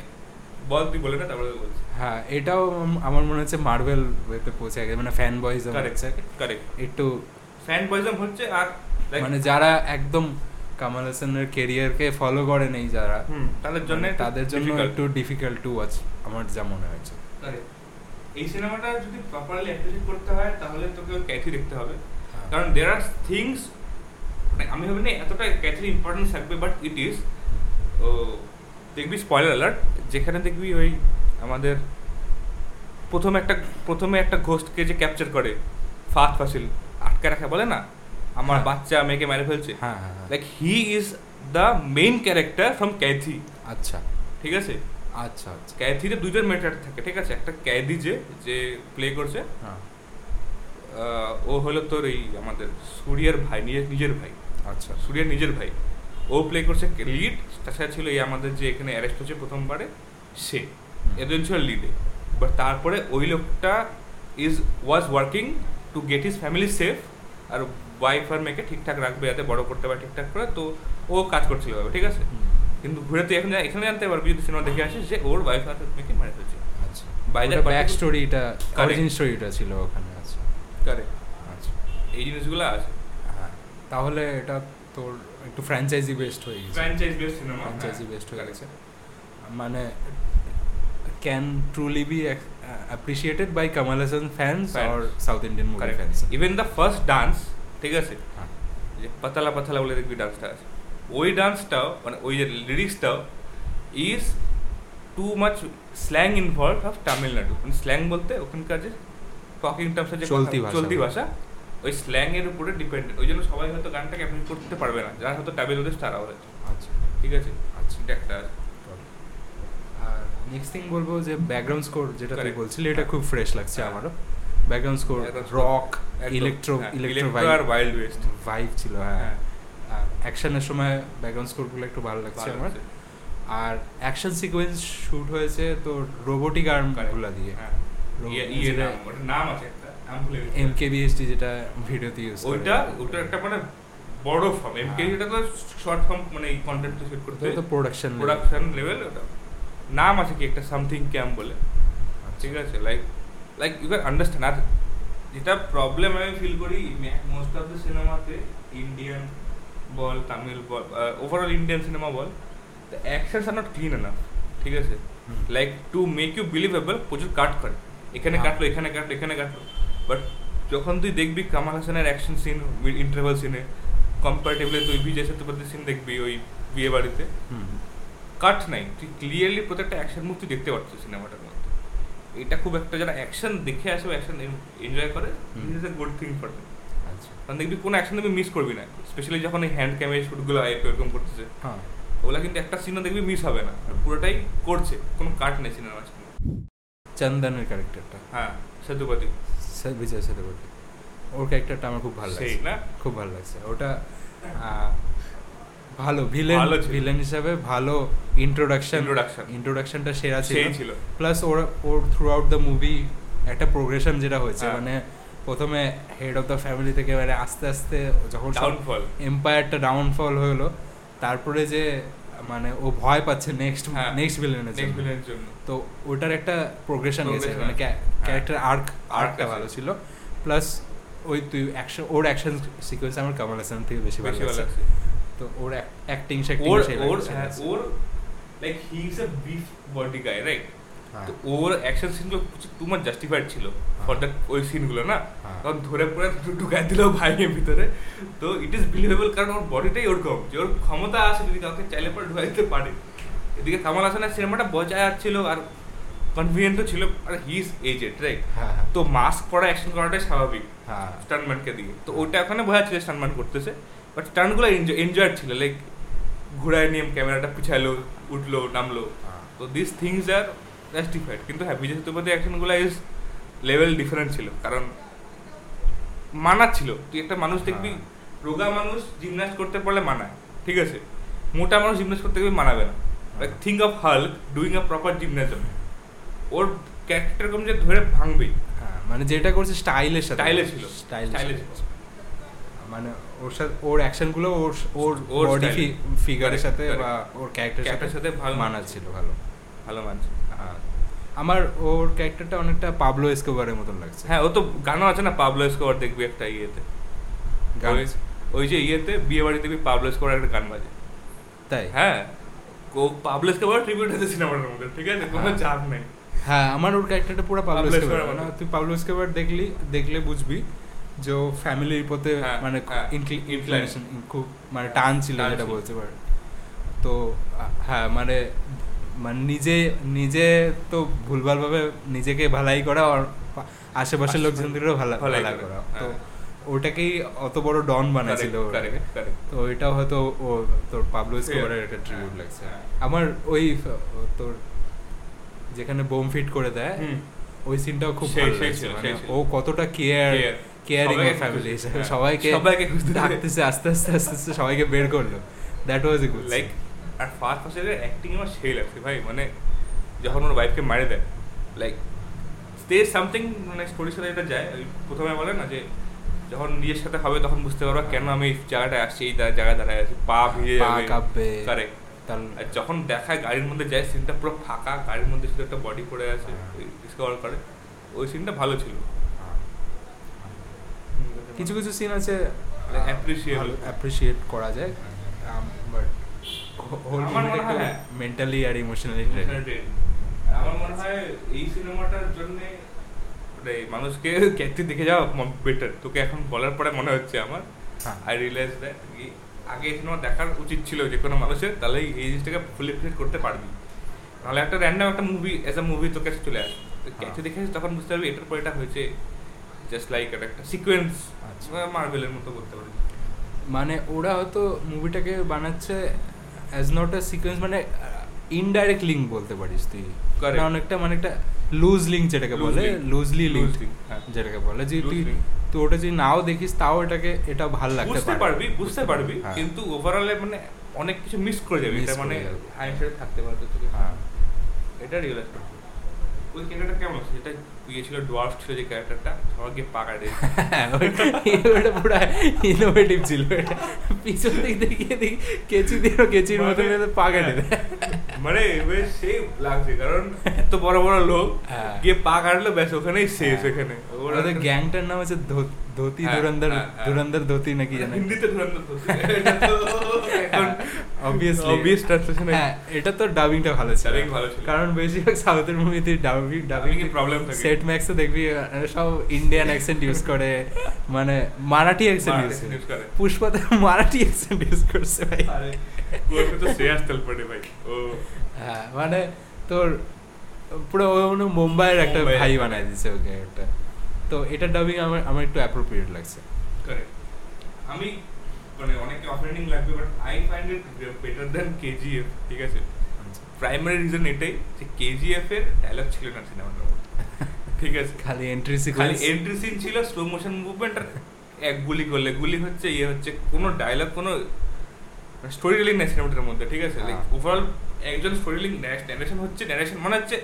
বল তুই বলে না তারপরে আমি বলছি
হ্যাঁ এটাও আম- আমার মনে হচ্ছে মার্বেল ওয়েতে পৌঁছে গেছে মানে ফ্যান বয়েজ
কারেক্ট কারেক্ট
একটু
ফ্যান বয়জম হচ্ছে আর like,
মানে যারা একদম কামাল হাসানের কেরিয়ারকে ফলো করে নেই যারা
হুম, তাদের জন্য
মানে
একটু
তাদের জন্য
difficult।
একটু ডিফিকাল্ট টু ওয়াচ আমার যা মনে হয়েছে
Correct. এই সিনেমাটা যদি প্রপারলি অ্যাপ্রিসিয়েট করতে হয় তাহলে তোকে ক্যাথি দেখতে হবে কারণ দেয়ার আর থিংস মানে আমি ভাবি না এতটা ক্যাথির ইম্পর্টেন্স থাকবে বাট ইট ইজ দেখবি স্পয়লার অ্যালার্ট যেখানে দেখবি ওই আমাদের প্রথমে একটা প্রথমে একটা ঘোস্টকে যে ক্যাপচার করে ফাস্ট ফাসিল আটকে রাখা বলে না আমার
হ্যাঁ।
বাচ্চা মেয়েকে মেরে ফেলছে
হ্যাঁ হ্যাঁ হ্যাঁ।
Like he is the main character from Kaithi
আচ্ছা
ঠিক আছে
আচ্ছা আচ্ছা
ক্যাথিতে দুইটা ম্যাটার থাকে ঠিক আছে একটা ক্যাদি যে যে প্লে করছে
হ্যাঁ
আহ, ও হলো তোর এই আমাদের সূর্যের ভাই নিজের নিজের ভাই
আচ্ছা
সূর্যের নিজের ভাই ও প্লে করছে লিড তাছাড়া ছিল এই আমাদের যে এখানে অ্যারেস্ট হচ্ছে প্রথমবারে সে এদের ছিল লিডে বাট তারপরে ওই লোকটা is was working to get his family safe আর ওয়াইফ আর মেয়েকে ঠিকঠাক রাখবে যাতে বড় করতে পারে ঠিকঠাক করে তো ও কাজ করছিল এভাবে, ঠিক আছে
হুম,
কিন্তু ঘুরে তুই এখন জা- এখানে জানতে পারবি যদি সিনেমা দেখে আসিস যে ওর ওয়াইফ আর মেয়েকে মারা হয়েছে
আচ্ছা
By the
ব্যাক
particular-
স্টোরিটা
Correct.
অরিজিন স্টোরিটা ছিল ওখানে আচ্ছা
কারেক্ট
আচ্ছা
এই জিনিসগুলো আছে
হ্যাঁ তাহলে এটা তোর একটু ফ্র্যাঞ্চাইজি বেস্ট হয়ে গেছে
ফ্র্যাঞ্চাইজ বেস্ট সিনেমা
ফ্র্যাঞ্চাইজি বেস্ট হয়ে গেছে মানে can truly be appreciated by Kamal Haasan fans
Fans.
Or South Indian movie fans
even the first dance ঠিক আছে
হ্যাঁ,
যে পাতালা পাতালা বলে দেখবি ডান্সটা আছে ওই ডান্সটাও মানে ওই যে লিরিক্সটাও is too much slang involve of Tamil Nadu মানে স্ল্যাং বলতে ওখানকার যে টকিং টার্মসের যে
চলতি
কথা-
ভাষা।
চলতি ভাষা ওই স্ল্যাং এর উপরে ডিপেন্ডেন্ট ওই জন্য সবাই হয়তো গানটাকে অ্যাপ্লাই করতে পারবে না যারা হয়তো তামিল ওদের তারা ওদের
আচ্ছা
ঠিক আছে
আচ্ছা
এটা একটা আছে।
আর নেক্সট থিং বলবো যে ব্যাকগ্রাউন্ড স্কোর যেটা তুই
Correct.
বলছিলি এটা খুব ফ্রেশ লাগছে
হ্যাঁ।
আমারও background score
Background score,
rock
একদম,
ইলেকট্রো
হ্যাঁ,
ইলেকট্রো
electro আর wild west।
ভাইব ছিল হ্যাঁ অ্যাকশনের সময় ব্যাকগ্রাউন্ড স্কোরগুলো একটু ভালো লাগছে
ভালো
আমার
আছে।
আর অ্যাকশন সিকোয়েন্স শুট হয়েছে তো রোবোটিক আর্মগুলো দিয়ে
হ্যাঁ। ইয়ে- ইয়ে নাম, ওটার নাম আছে একটা, নাম ভুলে গেছি।
এম কে বিএসটি যেটা ভিডিওতে ইউজ
ওইটা ওটা একটা মানে বড় ফর্ম এমকে
হ্যাঁ।
যেটা তো শর্ট ফর্ম মানে এই কন্টেন্ট তো শুট করতে
তো প্রোডাকশন
প্রোডাকশন লেভেল ওটা নাম আছে কি একটা সামথিং ক্যাম্প বলে
আচ্ছা।
ঠিক আছে like like you can understand আর যেটা প্রবলেম আমি ফিল করি মোস্ট অফ দ্য সিনেমাতে ইন্ডিয়ান বল তামিল বল ওভারঅল ইন্ডিয়ান সিনেমা বল the actions are not clean enough ঠিক আছে like to make you believable প্রচুর কাট করে এখানে
হ্যাঁ।
কাটলো এখানে কাটলো এখানে কাটলো বাট যখন তুই দেখবি কামাল হাসানের অ্যাকশন সিন ইন্টারভাল সিনে কম্পারেটিভলি তুই বিজয় সেতুপতির সিন দেখবি ওই বিয়ে বাড়িতে কাট নাই তুই ক্লিয়ারলি প্রত্যেকটা অ্যাকশন মুভ তুই দেখতে পাচ্ছিস সিনেমাটার মধ্যে এটা খুব একটা যারা অ্যাকশন দেখে আসে অ্যাকশন এনজয় করে
হুম।
This is good thing for them
আচ্ছা।
কারণ দেখবি কোনো অ্যাকশন তুমি মিস করবি না স্পেশালি যখন এই হ্যান্ড ক্যামেরা শুটগুলো এরকম করতেছে
হ্যাঁ
ওগুলো কিন্তু একটা সিনও দেখবি মিস হবে না আর পুরোটাই করছে কোনো কাট নেই সিনেমার সঙ্গে
চন্দনের ক্যারেক্টারটা
হ্যাঁ সেতুপতি
বিজয় সেতুপতি ওর ক্যারেক্টারটা আমার খুব ভালো
সেই
লাগছে
না
খুব ভালো লাগছে ওটা আহ, ভালো ভিলেন
ভালো ছিল।
ভিলেন হিসাবে ভালো ইন্ট্রোডাকশন
Introduction.
ইন্ট্রোডাকশনটা সেরা
সেই
ছিল
ছিল
প্লাস ওর ওর থ্রু আউট দ্য মুভি একটা প্রোগ্রেশন যেটা হয়েছে
হ্যাঁ।
মানে প্রথমে হেড অফ দ্য ফ্যামিলি থেকে মানে আস্তে আস্তে যখন
ডাউনফল
এম্পায়ারটা ডাউনফল হলো তারপরে যে মানে ও ভয় পাচ্ছে নেক্সট
হ্যাঁ।
নেক্সট ভিলেনের
নেক্সট
জন্য
ভিলেনের জন্য
তো ওটার একটা প্রোগ্রেশন গেছে
Progression
মানে
আছে। হ্যাঁ।
ক্যারেক্টার আর্ক আর্কটা
আছে।
ভালো ছিল প্লাস ওই তুই অ্যাকশন ওর অ্যাকশন সিকোয়েন্স আমার কামাল হাসান থেকে বেশি ভালো
বেশি ভালো
লাগছে
লাগছে
তো ওর অ্যাক্টিং সেক্টিং
ওর ওর হ্যাঁ, ওর like he is a beef body guy right
হ্যাঁ।
তো ওর অ্যাকশন সিনগুলো টু মাচ জাস্টিফাইড ছিল ফর দ্যাট ওই সিনগুলো না
হ্যাঁ।
কারণ ধরে পড়ে ঢুকাই দিল ভাইয়ের ভিতরে তো ইট ইজ বিলিভেবল কারণ ওর বডিটাই ওরকম যে ওর ক্ষমতা আছে যদি কাউকে চাইলে পরে ঢুকাই দিতে পারে এদিকে কামাল হাসানের সিনেমাটা বজায় আসছিল আর কনভিনিয়েন্টও ছিল আর হি ইজ এজেড রাইট
হ্যাঁ
তো মাস্ক পরা অ্যাকশন করাটাই স্বাভাবিক
হ্যাঁ
স্টানম্যানকে দিয়ে তো ওটা ওখানে বোঝা যাচ্ছে স্টানম্যান করতেছে বাট স্টানগুলো এনজয় ছিল লাইক ঘুরায় নিয়ে ক্যামেরাটা পিছালো উঠলো নামলো
হ্যাঁ।
তো দিস থিংস আর জাস্টিফাইড কিন্তু হ্যাঁ বিজয় সেতুপতি অ্যাকশনগুলো ইজ লেভেল ডিফারেন্ট ছিল কারণ মানা ছিল তুই একটা মানুষ দেখবি
হ্যাঁ।
রোগা মানুষ জিমনাস্ট করতে পারলে মানায় ঠিক আছে মোটা মানুষ জিমনাস্ট করতে গেলে মানাবে না like think of Hulk doing a proper জিমনাজম ওর ক্যারেক্টার কম যে ধরে ভাঙবেই
হ্যাঁ, মানে যেটা করছে স্টাইলের সাথে
স্টাইলে ছিল স্টাইলে
স্টাইলে মানে ওর সাথে ওর অ্যাকশনগুলো ওর ওর
ওর
বডি
style.
ফিগারের
Correct,
সাথে
correct.
বা ওর ক্যারেক্টারের
Character
সাথে
সাথে ভালো
মানা ছিল ভালো
ভালো মানছে
আর আমার ওর ক্যারেক্টারটা অনেকটা পাবলো এসকোবারের মতন লাগছে
হ্যাঁ ও তো গানও আছে না পাবলো স্কোয়ার দেখবি একটা ইয়েতে
গান
ওই-
আছে।
ওই যে ইয়েতে বিয়ে বাড়িতে বি পাবলেস করার একটা গান বাজে
তাই
হ্যাঁ ও পাবলেসকে বড় ট্রিবিউট আছে সিনেমাটার মধ্যে ঠিক আছে কোনো
হ্যাঁ।
চাপ নেই
হ্যাঁ আমার ওর ক্যারেক্টারটা পুরো পাবলো
Pablo Escobar
স্কোবার না
মতো।
তুই পাবলো স্কোবার দেখলি দেখলে বুঝবি যে ও ফ্যামিলির পথে
হ্যাঁ,
মানে
হ্যাঁ,
ইনক্লিনেশন
inclination,
খুব মানে টান ছিল
টান
যেটা
ছিল।
বলতে পারে তো আ- হ্যাঁ মানে মানে নিজে নিজে তো ভুলভালভাবে নিজেকে ভালাই করা আর পা- আশেপাশের
আশেপাশে
লোকজনদেরও ভালা
ভালাই
ভালা
করা,
করা তো
হ্যাঁ।
ওটাকেই অত বড় ডন বানাইছিল
Correct,
ওরা।
correct, correct.
তো এটাও হয়তো ও তোর পাবলো
Yeah.
স্কোবারের একটা ট্রিবিউট
হ্যাঁ,
লাগছে
হ্যাঁ।
আমার ওই ফ- তোর যেখানে বোম ফিট করে দেয়
হুম।
ওই সিনটাও খুব
সেই-
ভালো
সেই
লাগছে
ছিল,
মানে
সেই ছিল।
ও কতটা কেয়ার
Care,
কেয়ারিং
সবাইকে
ফ্যামিলি
খুঁজছে,
হিসেবে
হ্যাঁ।
সবাইকে
সবাইকে খুঁজতে
ডাকতেছে আস্তে আস্তে আস্তে আস্তে সবাইকে বের করলো that was a good
like আর ফার্স্ট ফার্স্টের অ্যাক্টিং আমার সেই লাগছে ভাই মানে যখন ওর ওয়াইফকে মারে দেয় লাইক স্টে সামথিং মানে স্টোরির সাথে এটা যায় ওই প্রথমে বলে না যে যখন নিজের সাথে হবে তখন বুঝতে পারবা কেন আমি এই জায়গাটায় আসছি এই দা- জায়গায় দাঁড়ায় আছি পা ভিজে
পা কাঁপবে।
কারেক্ট
তার
আর যখন দেখায় গাড়ির মধ্যে যায় সিনটা পুরো ফাঁকা গাড়ির মধ্যে শুধু একটা বডি পড়ে আছে
হ্যাঁ।
ডিসকভার করে ওই সিনটা ভালো ছিল
কিছু কিছু সিন আছে
Like appreciable.
অ্যাপ্রিশিয়েট করা যায় বাট হোল
আমার মনে হয় হ্যাঁ।
মেন্টালি আর ইমোশনালি
আমার মনে হয় এই সিনেমাটার জন্য মানুষকে ক্যাথি দেখে যাওয়া বেটার তোকে এখন বলার পরে মনে হচ্ছে আমার
হ্যাঁ।
আই রিয়েলাইজ দ্যাট আগে এই সিনেমা দেখার উচিত ছিল যে কোনো মানুষের তাহলে এই জিনিসটাকে ফুল এপ্রিসিয়েট করতে পারবি নাহলে একটা র্যান্ডম একটা মুভি অ্যাজ আ মুভি তোর কাছে চলে আসে
হ্যাঁ।
ক্যাথি দেখে তখন বুঝতে পারবি এটার পর এটা হয়েছে জাস্ট লাইক একটা সিকোয়েন্স
আচ্ছা।
মার্বেলের মতো করতে পারবি
মানে ওরা হয়তো মুভিটাকে বানাচ্ছে অ্যাজ নট আ সিকোয়েন্স মানে ইনডাইরেক্ট লিঙ্ক বলতে পারিস তুই
Correct.
না অনেকটা মানে একটা লুজ লিঙ্ক যেটাকে
Loose
বলে
link.
Loosely
Loose
link
link, হ্যাঁ।
যেটাকে বলে যে
Loose
তুই
link.
তুই ওটা যদি নাও দেখিস তাও এটাকে এটা ভাল লাগতে
বুঝতে পারবি বুঝতে পারবি
হ্যাঁ।
কিন্তু ওভারঅলে মানে অনেক কিছু মিস করে যাবি
Miss
এটা
করে
মানে
যাবি।
হাইন্ডসাইড থাকতে পারতো তোকে
হ্যাঁ।
এটা রিয়েলাইজ করতে হবে। ওই ক্যারেক্টারটা কেমন আছে যেটা ইয়ে ছিল ডোয়ার্ফ ছিল যে ক্যারেক্টারটা সবাইকে পাকা দেয়
হ্যাঁ, ওটা- এটা পুরো ইনোভেটিভ ছিল এটা। পিছন দিক দেখিয়ে দেখি কেচি দিয়ে ও কেচির মতো
মানে-
পাকাটে
মানে এবার সে লাগছে কারণ এত বড় বড় লোক
হ্যাঁ।
গিয়ে পা কাটলো ব্যাস ওখানেই শেষ এখানে ওরা
ওদের গ্যাংটার নাম হচ্ছে ধো- ধোতি
হ্যাঁ,
ধুরন্ধর
হ্যাঁ, হ্যাঁ।
ধুরন্ধর ধোতি নাকি জানি
হিন্দিতে ধরুন এখন
হ্যাঁ, Obviously.
অবভিয়াস ট্রান্সলেশন
হ্যাঁ এটা তো ডাবিংটা ভালো ছিল
Dubbing ভালো ছিল।
কারণ বেশিরভাগ সাউথের মুভিতে ডাবিং ডাবিং
Dubbing এ problem থাকে।
সেট ম্যাক্সে দেখবি আহ, সব ইন্ডিয়ান অ্যাকসেন্ট ইউজ করে মানে মারাঠি অ্যাকসেন্ট
মারাঠি
ইউজ করে
accent use করে।
পুষ্পাতে মারাঠি অ্যাকসেন্ট ইউজ করছে ভাই
আরে ওর সাথে শ্রেয়াস তেল পড়ে ভাই ও
হ্যাঁ মানে তোর পুরো ও মনে হয় মুম্বাইয়ের একটা
মুম্বাইয়ের
ভাই
একটা।
বানায় দিছে ওকে একটা তো এটা ডাবিং আমার আমার একটু অ্যাপ্রোপ্রিয়েট লাগছে
Correct. আমি মানে অনেকে অফেন্ডিং লাগবে but I find it better than KGF ঠিক আছে
আচ্ছা।
প্রাইমারি রিজন এটাই যে কেজিএফ এর ডায়লগ ছিল না সিনেমাটার মধ্যে ঠিক আছে
খালি এন্ট্রি
খালি
সিকোয়েন্স
এন্ট্রি সিন ছিল স্লো মোশন মুভমেন্ট আর এক গুলি করলে গুলি হচ্ছে ইয়ে হচ্ছে কোনো ডায়লগ কোনো স্টোরি টেলিং নেই সিনেমাটার মধ্যে ঠিক আছে লাইক
হ্যাঁ।
ওভারঅল একজন স্টোরি টেলিং ন্যারেশন হচ্ছে ন্যারেশন মানে হচ্ছে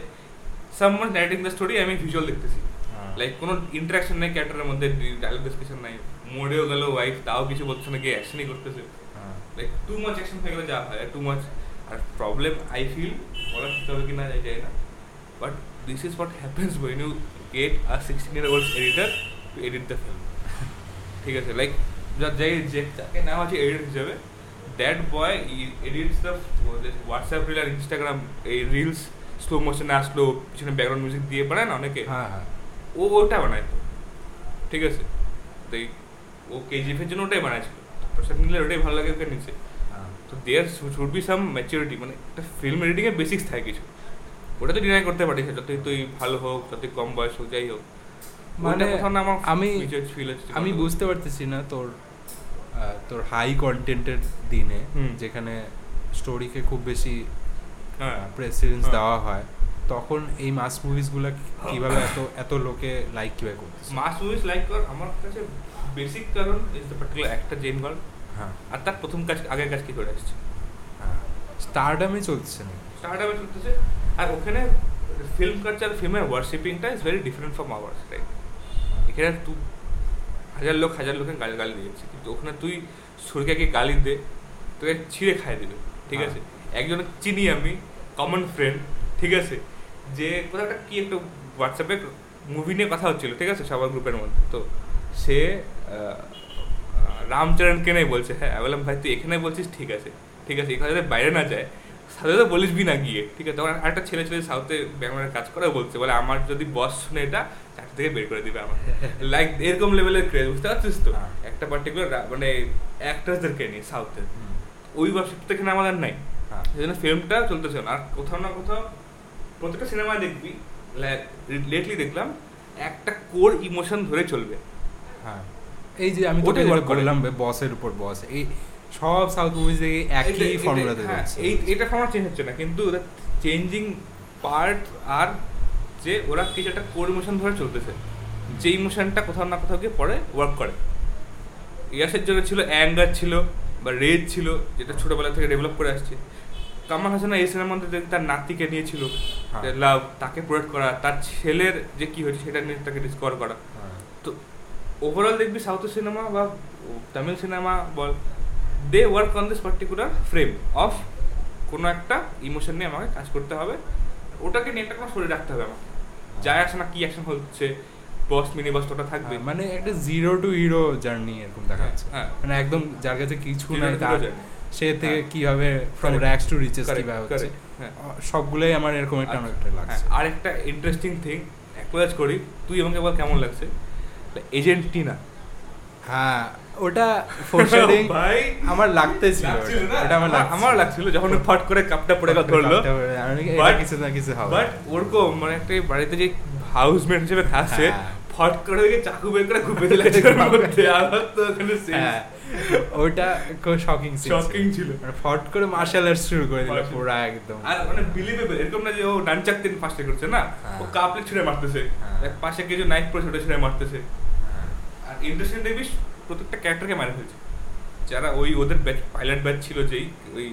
সামওয়ান ন্যারেটিং দ্য স্টোরি আমি ভিজুয়াল দেখতেছি
হ্যাঁ।
লাইক কোনো ইন্টারাকশন নাই ক্যারেক্টারের মধ্যে ডায়লগ ডিসকাশন নাই মরেও গেল ওয়াইফ তাও কিছু বলছে না গিয়ে অ্যাকশনই করতেছে
হ্যাঁ,
লাইক টু মাচ অ্যাকশন হয়ে গেলে যা হয় টু মাচ আর প্রবলেম আই ফিল বলা দিতে হবে কি না যাই যায় না but this is what happens when you get R sixteen year old editor to edit the film ঠিক আছে লাইক যার যাই যে তাকে নেওয়া হচ্ছে এডিট হিসেবে that boy edits the WhatsApp reel আর ইনস্টাগ্রাম এই রিলস স্লো মোশনে আসলো পিছনে ব্যাকগ্রাউন্ড মিউজিক দিয়ে পারে না অনেকে
হ্যাঁ হ্যাঁ
ও ওটা বানাইতো ঠিক আছে তো এই- ও কেজিএফের জন্য ওটাই বানাইছিল প্রসাদ নিলে ওটাই ভালো লাগে ওকে নিচে
হ্যাঁ
তো there should be some maturity মানে একটা ফিল্ম এডিটিংয়ের বেসিক্স থাকে কিছু ওটা তো ডিনাই করতে পারিস না, যতই তুই ভালো হোক যতই কম বয়স হোক যাই হোক
মানে
মানে কোথাও না আমার
আমি
ফিল হচ্ছে
আমি বুঝতে পারতেছি না তোর আহ, তোর হাই কন্টেন্টের দিনে
হুম।
যেখানে স্টোরিকে খুব বেশি
হ্যাঁ
প্রেসিডেন্স
হ্যাঁ।
দেওয়া হয় তখন এই মাস মুভিসগুলো কিভাবে এত এত লোকে লাইক কিভাবে করতেছে
মাস মুভিজ লাইক কর আমার কাছে বেসিক কারণ ইজ দ্য পার্টিকুলার একটা যে ইনভলভ
হ্যাঁ
আর তার প্রথম কাজ আগের কাজ কি করে আসছে
স্টারডামে চলছে না
স্টার্টআপে চলতেছে আর ওখানে ফিল্ম কালচার ফিল্মের ওয়ার্শিপিংটা is very different from ours right এখানে তুই হাজার লোক হাজার লোকের গাল গালি দিয়েছে কিন্তু ওখানে তুই সুরকাকে গালি দে তোকে ছিঁড়ে খাই দিবে ঠিক আছে একজন চিনি আমি কমন ফ্রেন্ড ঠিক আছে যে কোথাও একটা কি একটা হোয়াটসঅ্যাপে মুভি নিয়ে কথা হচ্ছিল ঠিক আছে সবার গ্রুপের মধ্যে তো সে আহ, আর রামচরণকে নাই বলছে হ্যাঁ আমি বললাম ভাই তুই এখানে বলছিস ঠিক আছে ঠিক আছে এখানে যাতে বাইরে না যায় সাথে সাথে বলিস বি না গিয়ে ঠিক আছে তখন একটা ছেলে ছেলে সাউথে ব্যাঙ্গালোরে কাজ করে বলছে বলে আমার যদি বস শুনে এটা চাকরি থেকে বের করে দিবে আমার লাইক এরকম লেভেলের ক্রেজ বুঝতে পারছিস তো
হ্যাঁ।
একটা পার্টিকুলার মানে অ্যাক্টার্সদেরকে নিয়ে সাউথের
হুম,
ওই ব্যবসাটা এখানে আমাদের নাই
হ্যাঁ।
সেই জন্য ফিল্মটা চলতেছে না আর কোথাও না কোথাও প্রত্যেকটা সিনেমায় দেখবি লেটলি দেখলাম একটা কোর ইমোশন ধরে চলবে
হ্যাঁ এই যে আমি তোকে
ওটাই
যেটা
work করে।
বললাম বসের উপর বস এই সব সাউথ মুভিজ একই
এটা-
ফর্মুলাতে
এটা- হ্যাঁ,
রয়েছে
এই এটা ফর্মুলা চেঞ্জ হচ্ছে না কিন্তু চেঞ্জিং পার্ট আর যে ওরা কিছু একটা কোর ইমোশন ধরে চলতেছে যে ইমোশনটা কোথাও না কোথাও গিয়ে পরে ওয়ার্ক করে ইয়াসের জন্য ছিল অ্যাঙ্গার ছিল বা রেড ছিল যেটা ছোটবেলা থেকে ডেভেলপ করে আসছে কামাল হাসান এই সিনেমার মধ্যে দেখি তার নাতিকে নিয়েছিল
হ্যাঁ।
লাভ তাকে প্রোটেক্ট করা তার ছেলের যে কি হয়েছে সেটা নিয়ে তাকে ডিসকভার করা
হ্যাঁ।
তো ওভারঅল দেখবি সাউথ সিনেমা বা তামিল সিনেমা বল they work on this particular frame of কোনো একটা ইমোশন নিয়ে আমাকে কাজ করতে হবে ওটাকে নিয়ে একটা কোনো শরীর রাখতে হবে আমাকে যায় আসে না কি অ্যাকশন হচ্ছে বস মিনি বস ওটা থাকবে
হ্যাঁ, মানে একটা জিরো টু হিরো জার্নি এরকম দেখা
হ্যাঁ,
যাচ্ছে
হ্যাঁ।
মানে একদম যার কাছে কিছু
Zero
নাই
to
তার
hero journey।
সে থেকে
হ্যাঁ।
কিভাবে from
Correct.
Rags to riches
Correct,
কিভাবে হচ্ছে
correct, হ্যাঁ।
সবগুলোই আমার এরকম একটা
আর-
অনেকটা লাগছে
হ্যাঁ, আর একটা ইন্টারেস্টিং থিং অ্যাকোয়াজ করি তুই আমাকে বল কেমন লাগছে এজেন্টিনা
হ্যাঁ ওটা ফোরশেডিং
Oh, ভাই
আমার লাগতেছিল
লাগছিল
ওটা।
না?
ওটা আমার লাগছিল।
আমার লাগছিল যখন ফট করে কাপটা পড়ে গেল
কাপটা
ধরলো
পড়ে, আমি বলি, এটা
But-
কিছু না কিছু হবে
বাট ওরকম মানে একটা এই বাড়িতে যে হাউসমেট হিসেবে থাকছে
হ্যাঁ।
ফট করে ওকে চাকু বের করে খুব বেঁধে লাগছে ওর মধ্যে। আমার তো ওখানে
হ্যাঁ,
scenes
ওটা খুব শকিং
Shocking ছিল।
মানে ফট করে মার্শাল আর্ট শুরু করে দিল
Martial-
পুরো একদম
আর মানে believable, এরকম না যে ও নানচাক তিন ফাস্টে করছে না
হ্যাঁ।
ও কাপলে ছুঁড়ে মারতেছে
হ্যাঁ।
এক পাশে কিছু নাইট পরে ছুটে ছুঁড়ে মারতেছে
হ্যাঁ।
আর ইন্ডাস্ট্রিয়ান দেবী প্রত্যেকটা ক্যারেক্টারকে মারা ফেলছে যারা ওই ওদের ব্যাচ পাইলট ব্যাচ ছিল যেই ওই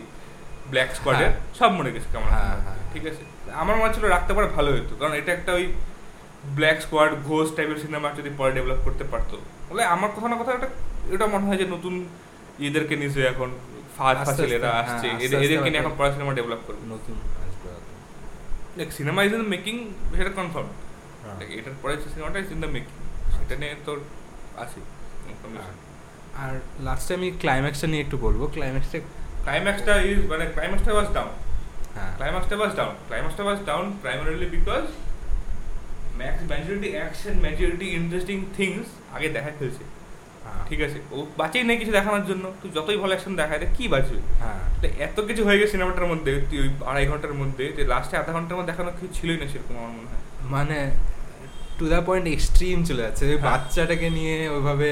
ব্ল্যাক স্কোয়াডের
হ্যাঁ।
সব মরে গেছে কেমন
হ্যাঁ, হ্যাঁ।
ঠিক আছে আমার মনে ছিল রাখতে পারে ভালো হতো কারণ এটা একটা ওই ব্ল্যাক স্কোয়াড ঘোষ টাইপের সিনেমা যদি পরে ডেভেলপ করতে পারতো তাহলে আমার কোথাও না কোথাও একটা এটা মনে হয় যে নতুন এদেরকে নিজে এখন ফাজ
আস্তে আস্তে,
ফাসেলেরা
হ্যাঁ,
আসছে
আস্তে
এদের-
আস্তে
এদেরকে নিয়ে এখন
হয়তো-
পড়া সিনেমা ডেভেলপ করবে
নতুন আসবে হয়তো।
দেখ সিনেমা ইজ ইন মেকিং সেটা কনফার্ম
হ্যাঁ।
এটার পরে সিনেমাটা ইজ ইন দ্য মেকিং সেটা নিয়ে তোর আছে
হ্যাঁ।
information।
আর লাস্টে আমি ক্লাইম্যাক্সটা নিয়ে একটু বলবো ক্লাইম্যাক্সটা
ক্লাইম্যাক্সটা ইজ মানে ক্লাইম্যাক্সটা ওয়াজ ডাউন
হ্যাঁ
ক্লাইম্যাক্সটা ওয়াজ ডাউন ক্লাইম্যাক্সটা was down primarily because max majority action majority interesting things আগে দেখা ফেলছে
হ্যাঁ,
ঠিক আছে ও বাঁচেই নেই কিছু দেখানোর জন্য তুই যতই ভালো অ্যাকশন দেখায় দেখ কী বাঁচবে
হ্যাঁ
তো এত কিছু হয়ে গেছে সিনেমাটার মধ্যে তুই ওই আড়াই ঘন্টার মধ্যে যে লাস্টে আধা ঘন্টার মধ্যে দেখানো কিছু ছিলই না সেরকম আমার মনে হয়
মানে টু দা পয়েন্ট এক্সট্রিম চলে যাচ্ছে ওই
হ্যাঁ।
বাচ্চাটাকে নিয়ে ওইভাবে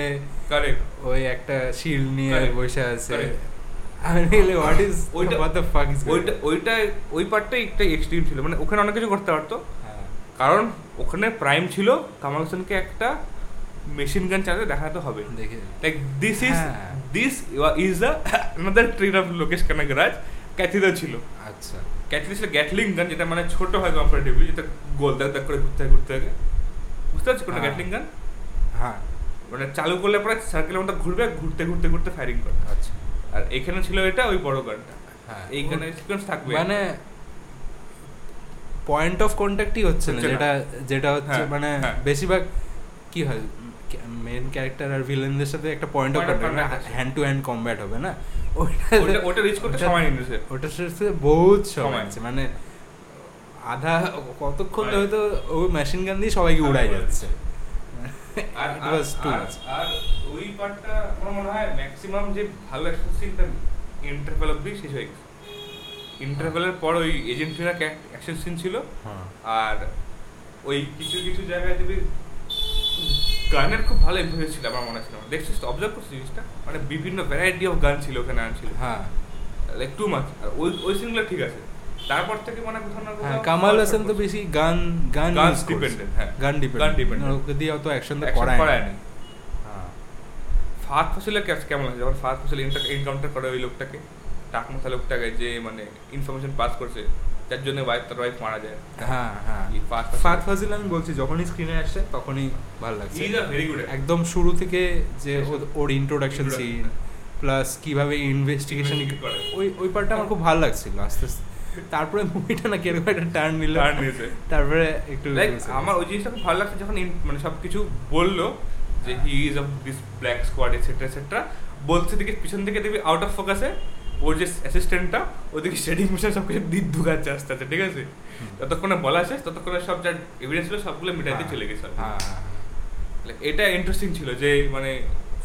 কারেক্ট
ওই একটা শিল্ড নিয়ে
Correct.
বসে আছে
Correct.
আমি রিয়েলি হোয়াট ইজ
ওইটা-
হোয়াট দ্য ফাক ইজ
ওইটা ওইটা ওই পার্টটাই একটা এক্সট্রিম ছিল মানে ওখানে অনেক কিছু করতে পারতো
হ্যাঁ,
কারণ ওখানে প্রাইম ছিল কামাল হোসেনকে একটা মেশিন গান চালাতে দেখাতে হবে
দেখে
লাইক দিস ইজ
হ্যাঁ।
This is the another train of Lokesh Kanagaraj ক্যাথিদা ছিল
আচ্ছা
ক্যাথিদা ছিল গ্যাটলিং গান যেটা মানে ছোট হয় কমফোর্টেবলি যেটা গোল দাগ দাগ করে ঘুরতে হয়, ঘুরতে থাকে বুঝতে পারছি কোনটা
হ্যাঁ।
গ্যাটলিং গান
হ্যাঁ
মানে চালু করলে পরে সার্কেলের মতো ঘুরবে ঘুরতে ঘুরতে ঘুরতে ফায়ারিং করে
আচ্ছা
আর এখানে ছিল এটা ওই বড় গানটা
হ্যাঁ
এইখানে সিকোয়েন্স থাকবে
মানে পয়েন্ট অফ কন্ট্যাক্টই হচ্ছে না
হচ্ছে না।
যেটা যেটা হচ্ছে
হ্যাঁ,
মানে
হ্যাঁ।
বেশিরভাগ কি হয় মেন ক্যারেক্টার আর ভিলেনদের সাথে একটা point of
Point of
contact
contact আছে।
হ্যান্ড টু হ্যান্ড কমব্যাট হবে না
ওটা ওটা রিচ করতে
ওটা-
সময় নিয়েছে
ওটার সাথে বহুত সময়
সময়।
আছে মানে আধা কতক্ষণ
Right.
হয়তো ও মেশিন গান দিয়ে সবাইকে
সবাই
উড়াই
উড়াই
যাচ্ছে
আর
It
আর-
was too
আর-
much.
আর ওই পার্টটা আমার মনে হয় ম্যাক্সিমাম যে ভালো অ্যাকশন সিনটা ইন্টারভেল অব্দি শেষ হয়ে গেছে ইন্টারভেলের পর ওই এজেন্টিনা অ্যাকশন সিন ছিল
হ্যাঁ
আর ওই কিছু কিছু জায়গায় তুমি গানের খুব ভালো ইম্প্রেস ছিল আমার মনে ছিল দেখছিস তো অবজার্ভ করছিস জিনিসটা মানে বিভিন্ন ভ্যারাইটি অফ গান ছিল ওখানে আনছিল
হ্যাঁ
লাইক টু মাচ আর ওই ওই সিনগুলো ঠিক আছে তারপর থেকে মানে কোথাও না
হ্যাঁ
কোথাও
কামাল হাসান তো বেশি গান গান
Guns
use করছে।
dependent, হ্যাঁ।
Gun
Gun
dependent
dependent.
ওকে দিয়ে অত অ্যাকশন তো
Action
করায়
করায়
না
না।
হ্যাঁ
ফাত ফসলে কেমন আছে যখন ফাত ফসলে এনকাউন্টার করে ওই লোকটাকে টাক মাথা লোকটাকে যে মানে ইনফরমেশন পাস করছে যার জন্য ওয়াইফ তার wife মারা যায়
হ্যাঁ হ্যাঁ
এই ফাত
ফাত ফাজিল আমি বলছি যখনই স্ক্রিনে আসছে তখনই ভালো লাগছে
ইজ আ ভেরি গুড
একদম শুরু থেকে যে ও- ওর ইন্ট্রোডাকশন
Introduction.
সিন প্লাস কিভাবে ইনভেস্টিগেশন
Investigate করে।
ওই ওই পার্টটা আমার খুব ভালো লাগছিল আস্তে আস্তে তারপরে মুভিটা না কিরকম একটা টার্ন নিল
Turn নিয়েছে।
তারপরে একটু
লাইক আমার ওই জিনিসটা খুব ভালো লাগছে যখন in- মানে সব কিছু বললো যে he is of this black squad etcetera etcetera বলছে দিকে পিছন থেকে দেখবি আউট অফ ফোকাসে ওর যে অ্যাসিস্ট্যান্টটা ওদিকে শেডিং মেশিন সব কিছু দিক ঢুকাচ্ছে আস্তে আস্তে ঠিক আছে যতক্ষণে বলা শেষ ততক্ষণে সব যা এভিডেন্স ছিল সবগুলো মিটাইতে চলে গেছে
হ্যাঁ
Like, এটা ইন্টারেস্টিং ছিল যে মানে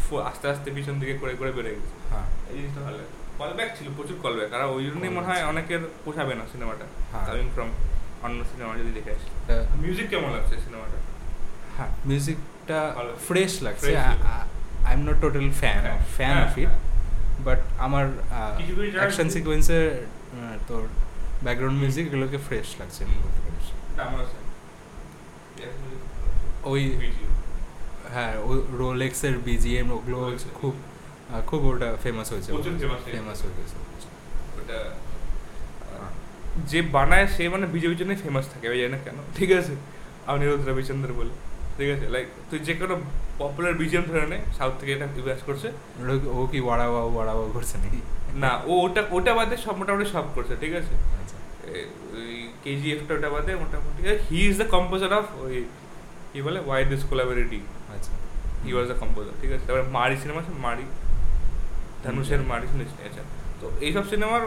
ফো- আস্তে আস্তে পিছন দিকে করে করে বেড়ে গেছে
হ্যাঁ
এই জিনিসটা ভালো কলব্যাক ছিল প্রচুর কলব্যাক আর ওই জন্যই মনে হয় অনেকের পোষাবে না সিনেমাটা
হ্যাঁ।
কামিং ফ্রম অন্য সিনেমা যদি দেখে আসি
হ্যাঁ
মিউজিক কেমন লাগছে সিনেমাটা
হ্যাঁ মিউজিকটা
ভালো।
ফ্রেশ লাগছে
Fresh লাগছে।
I am not total fan
হ্যাঁ,
ফ্যান
হ্যাঁ,
অফ ইট
হ্যাঁ।
বাট আমার
কিছু কিছু জায়গায়
অ্যাকশন
খুব-
সিকোয়েন্সের তোর ব্যাকগ্রাউন্ড মিউজিক এগুলোকে ফ্রেশ লাগছে আমি বলতে পারিস।
এটা আমার আছে।
ওই-
BGM
হ্যাঁ ও রোলেক্সের বিজিএম ওগুলো
Rolex এর
খুব আহ, খুব ওটা ফেমাস হয়েছে
প্রচুর famous হয়েছে।
ফেমাস হয়ে গেছে
ওটা আহ, যে বানায় সে মানে বিজেপির জন্য ফেমাস থাকে আমি জানি না কেন ঠিক আছে অনিরুদ্ধ রবিচন্দ্র বলে ঠিক আছে লাইক তুই যে কোনো পপুলার বিজেপি ধরে নে সাউথ থেকে এটা ইউজ করছে
ওটা- ও কি ওয়াড়াওয়া ওয়াড়াওয়া করছে নাকি
না ও ওটা ওটা বাদে সব মোটামুটি সব করছে ঠিক আছে
আচ্ছা।
কেজিএফটা ওটা বাদে মোটামুটি he is the composer of ওই কি বলে ওয়াই দিস কোলাবরেটিভ
আচ্ছা
হি ওয়াজ দ্য কম্পোজার ঠিক আছে তারপরে মারি সিনেমা আছে মারি ধনুষের মারি শুনেছি আচ্ছা তো এইসব সিনেমার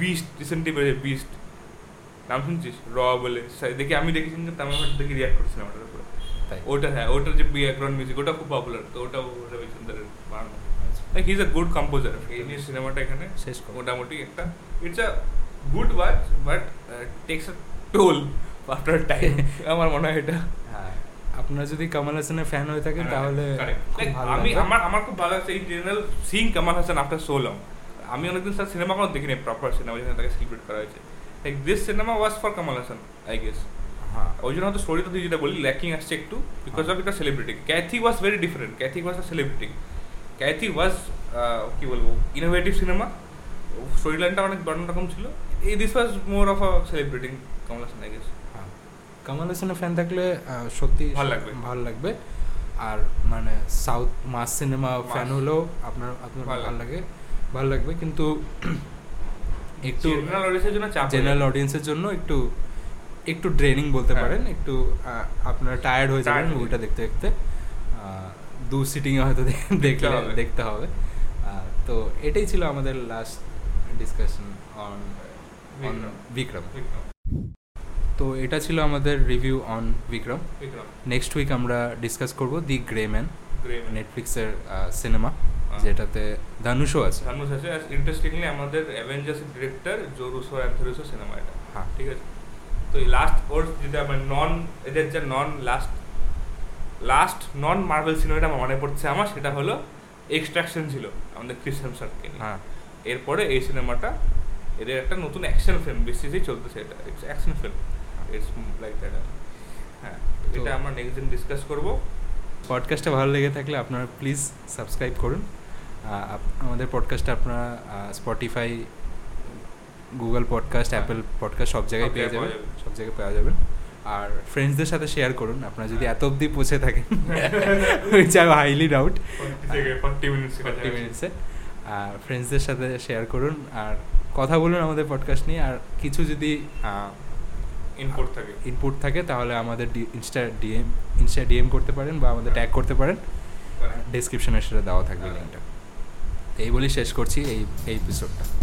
বিস্ট রিসেন্টলি বেড়েছে বিস্ট নাম শুনছিস র বলে সা- দেখি আমি দেখেছি কিন্তু তামিল ভাট দেখে রিয়াক্ট করছি সিনেমাটার উপরে
তাই
ওটা হ্যাঁ ওটার যে ব্যাকগ্রাউন্ড মিউজিক ওটা খুব পপুলার তো ওটাও রবিচন্দ্রের বানানো
আচ্ছা।
Like he is a good composer এই নিয়ে সিনেমাটা এখানে
শেষ কর।
মোটামুটি একটা it's a good watch but takes a toll after time আমার মনে হয় এটা মানে
হ্যাঁ আপনারা যদি কামাল হাসানের ফ্যান হয়ে থাকেন তাহলে
হ্যাঁ, Correct.
খুব
Like,
ভালো
আমি
লাগবে।
আমার আমার খুব ভালো লাগছে in general Singh Kamal Haasan after so long আমি অনেকদিন স্যার সিনেমা কোনো দেখিনি প্রপার সিনেমা যেখানে তাকে সেলিব্রেট করা হয়েছে like this cinema was for Kamal Haasan I guess
হ্যাঁ
ওই জন্য হয়তো স্টোরিটা তুই যেটা বলি ল্যাকিং আসছে একটু বিকজ অফ এটা celebrity Kaithi was very different Kaithi was a celebrity Kaithi was কি বলবো ইনোভেটিভ সিনেমা স্টোরি লাইনটা অনেক বড় রকম ছিল এই this was more of a celebrating Kamal Haasan I guess
হ্যাঁ। কামাল হাসানের ফ্যান থাকলে আহ, সত্যি
ভাল লাগবে।
ভালো লাগবে আর মানে south mass cinema
mass.
Fan হলেও আপনার আপনার
ভাল
ভালো লাগে
লাগবে।
ভালো লাগবে কিন্তু একটু
জেনারেল অডিয়েন্সের জন্য চাপ
জেনারেল অডিয়েন্সের জন্য একটু একটু ড্রেনিং বলতে
হ্যাঁ।
পারেন একটু আহ, আপনারা টায়ার্ড হয়ে যাবেন
Tired হয়ে
মুভিটা দেখতে দেখতে আহ, দু সিটিংয়ে হয়তো দে- দেখলে
হবে।
দেখতে হবে আহ, তো এটাই ছিল আমাদের last discussion on
Vikram.
Vikram
Vikram
তো এটা ছিল আমাদের review on Vikram
Vikram
next week আমরা ডিসকাস করব দি গ্রে ম্যান
গ্রে
নেটফ্লিক্সের সিনেমা
হ্যাঁ।
যেটাতে ধানুষও আছে
ধানুষ আছে আর ইন্টারেস্টিংলি আমাদের Avengers director Joe Russo অ্যান্থরুসো cinema এটা
হ্যাঁ।
ঠিক আছে তো এই লাস্ট ওর যেটা মানে নন এদের যে non last last non Marvel সিনেমাটা আমার মনে পড়ছে আমার সেটা হলো এক্সট্রাকশন ছিল আমাদের ক্রিস হ্যামসারকে
হ্যাঁ
এরপরে এই সিনেমাটা এদের একটা নতুন অ্যাকশন ফিল্ম বেসিসেই চলতেছে এটা it's action film it's like that হ্যাঁ
তো- হ্যাঁ।
এটা আমরা নেক্সট দিন ডিসকাস করবো
পডকাস্টটা ভালো লেগে থাকলে আপনারা প্লিজ সাবস্ক্রাইব করুন আহ, আপ- আমাদের পডকাস্টটা আপনারা স্পটিফাই গুগল পডকাস্ট
হ্যাঁ।
অ্যাপেল পডকাস্ট সব জায়গায়
সব
পেয়ে
জায়গায়
যাবেন
পাওয়া যাবে।
সব জায়গায় পাওয়া যাবেন আর ফ্রেন্ডসদের সাথে শেয়ার করুন আপনারা যদি
হ্যাঁ।
এত অবধি পৌঁছে থাকেন which are highly doubt
forty minutes
forty মিনিটসে আর ফ্রেন্ডসদের সাথে শেয়ার করুন আর কথা বলুন আমাদের পডকাস্ট নিয়ে আর কিছু যদি
ইনপুট থাকে
ইনপুট থাকে তাহলে আমাদের ইনস্টা ডিএম ইনস্টা ডিএম করতে পারেন বা আমাদের ট্যাগ করতে পারেন
Correct.
হ্যাঁ। ডিসক্রিপশনে সেটা দেওয়া থাকবে
হ্যাঁ।
লিঙ্কটা এই বলেই শেষ করছি এই এই এপিসোডটা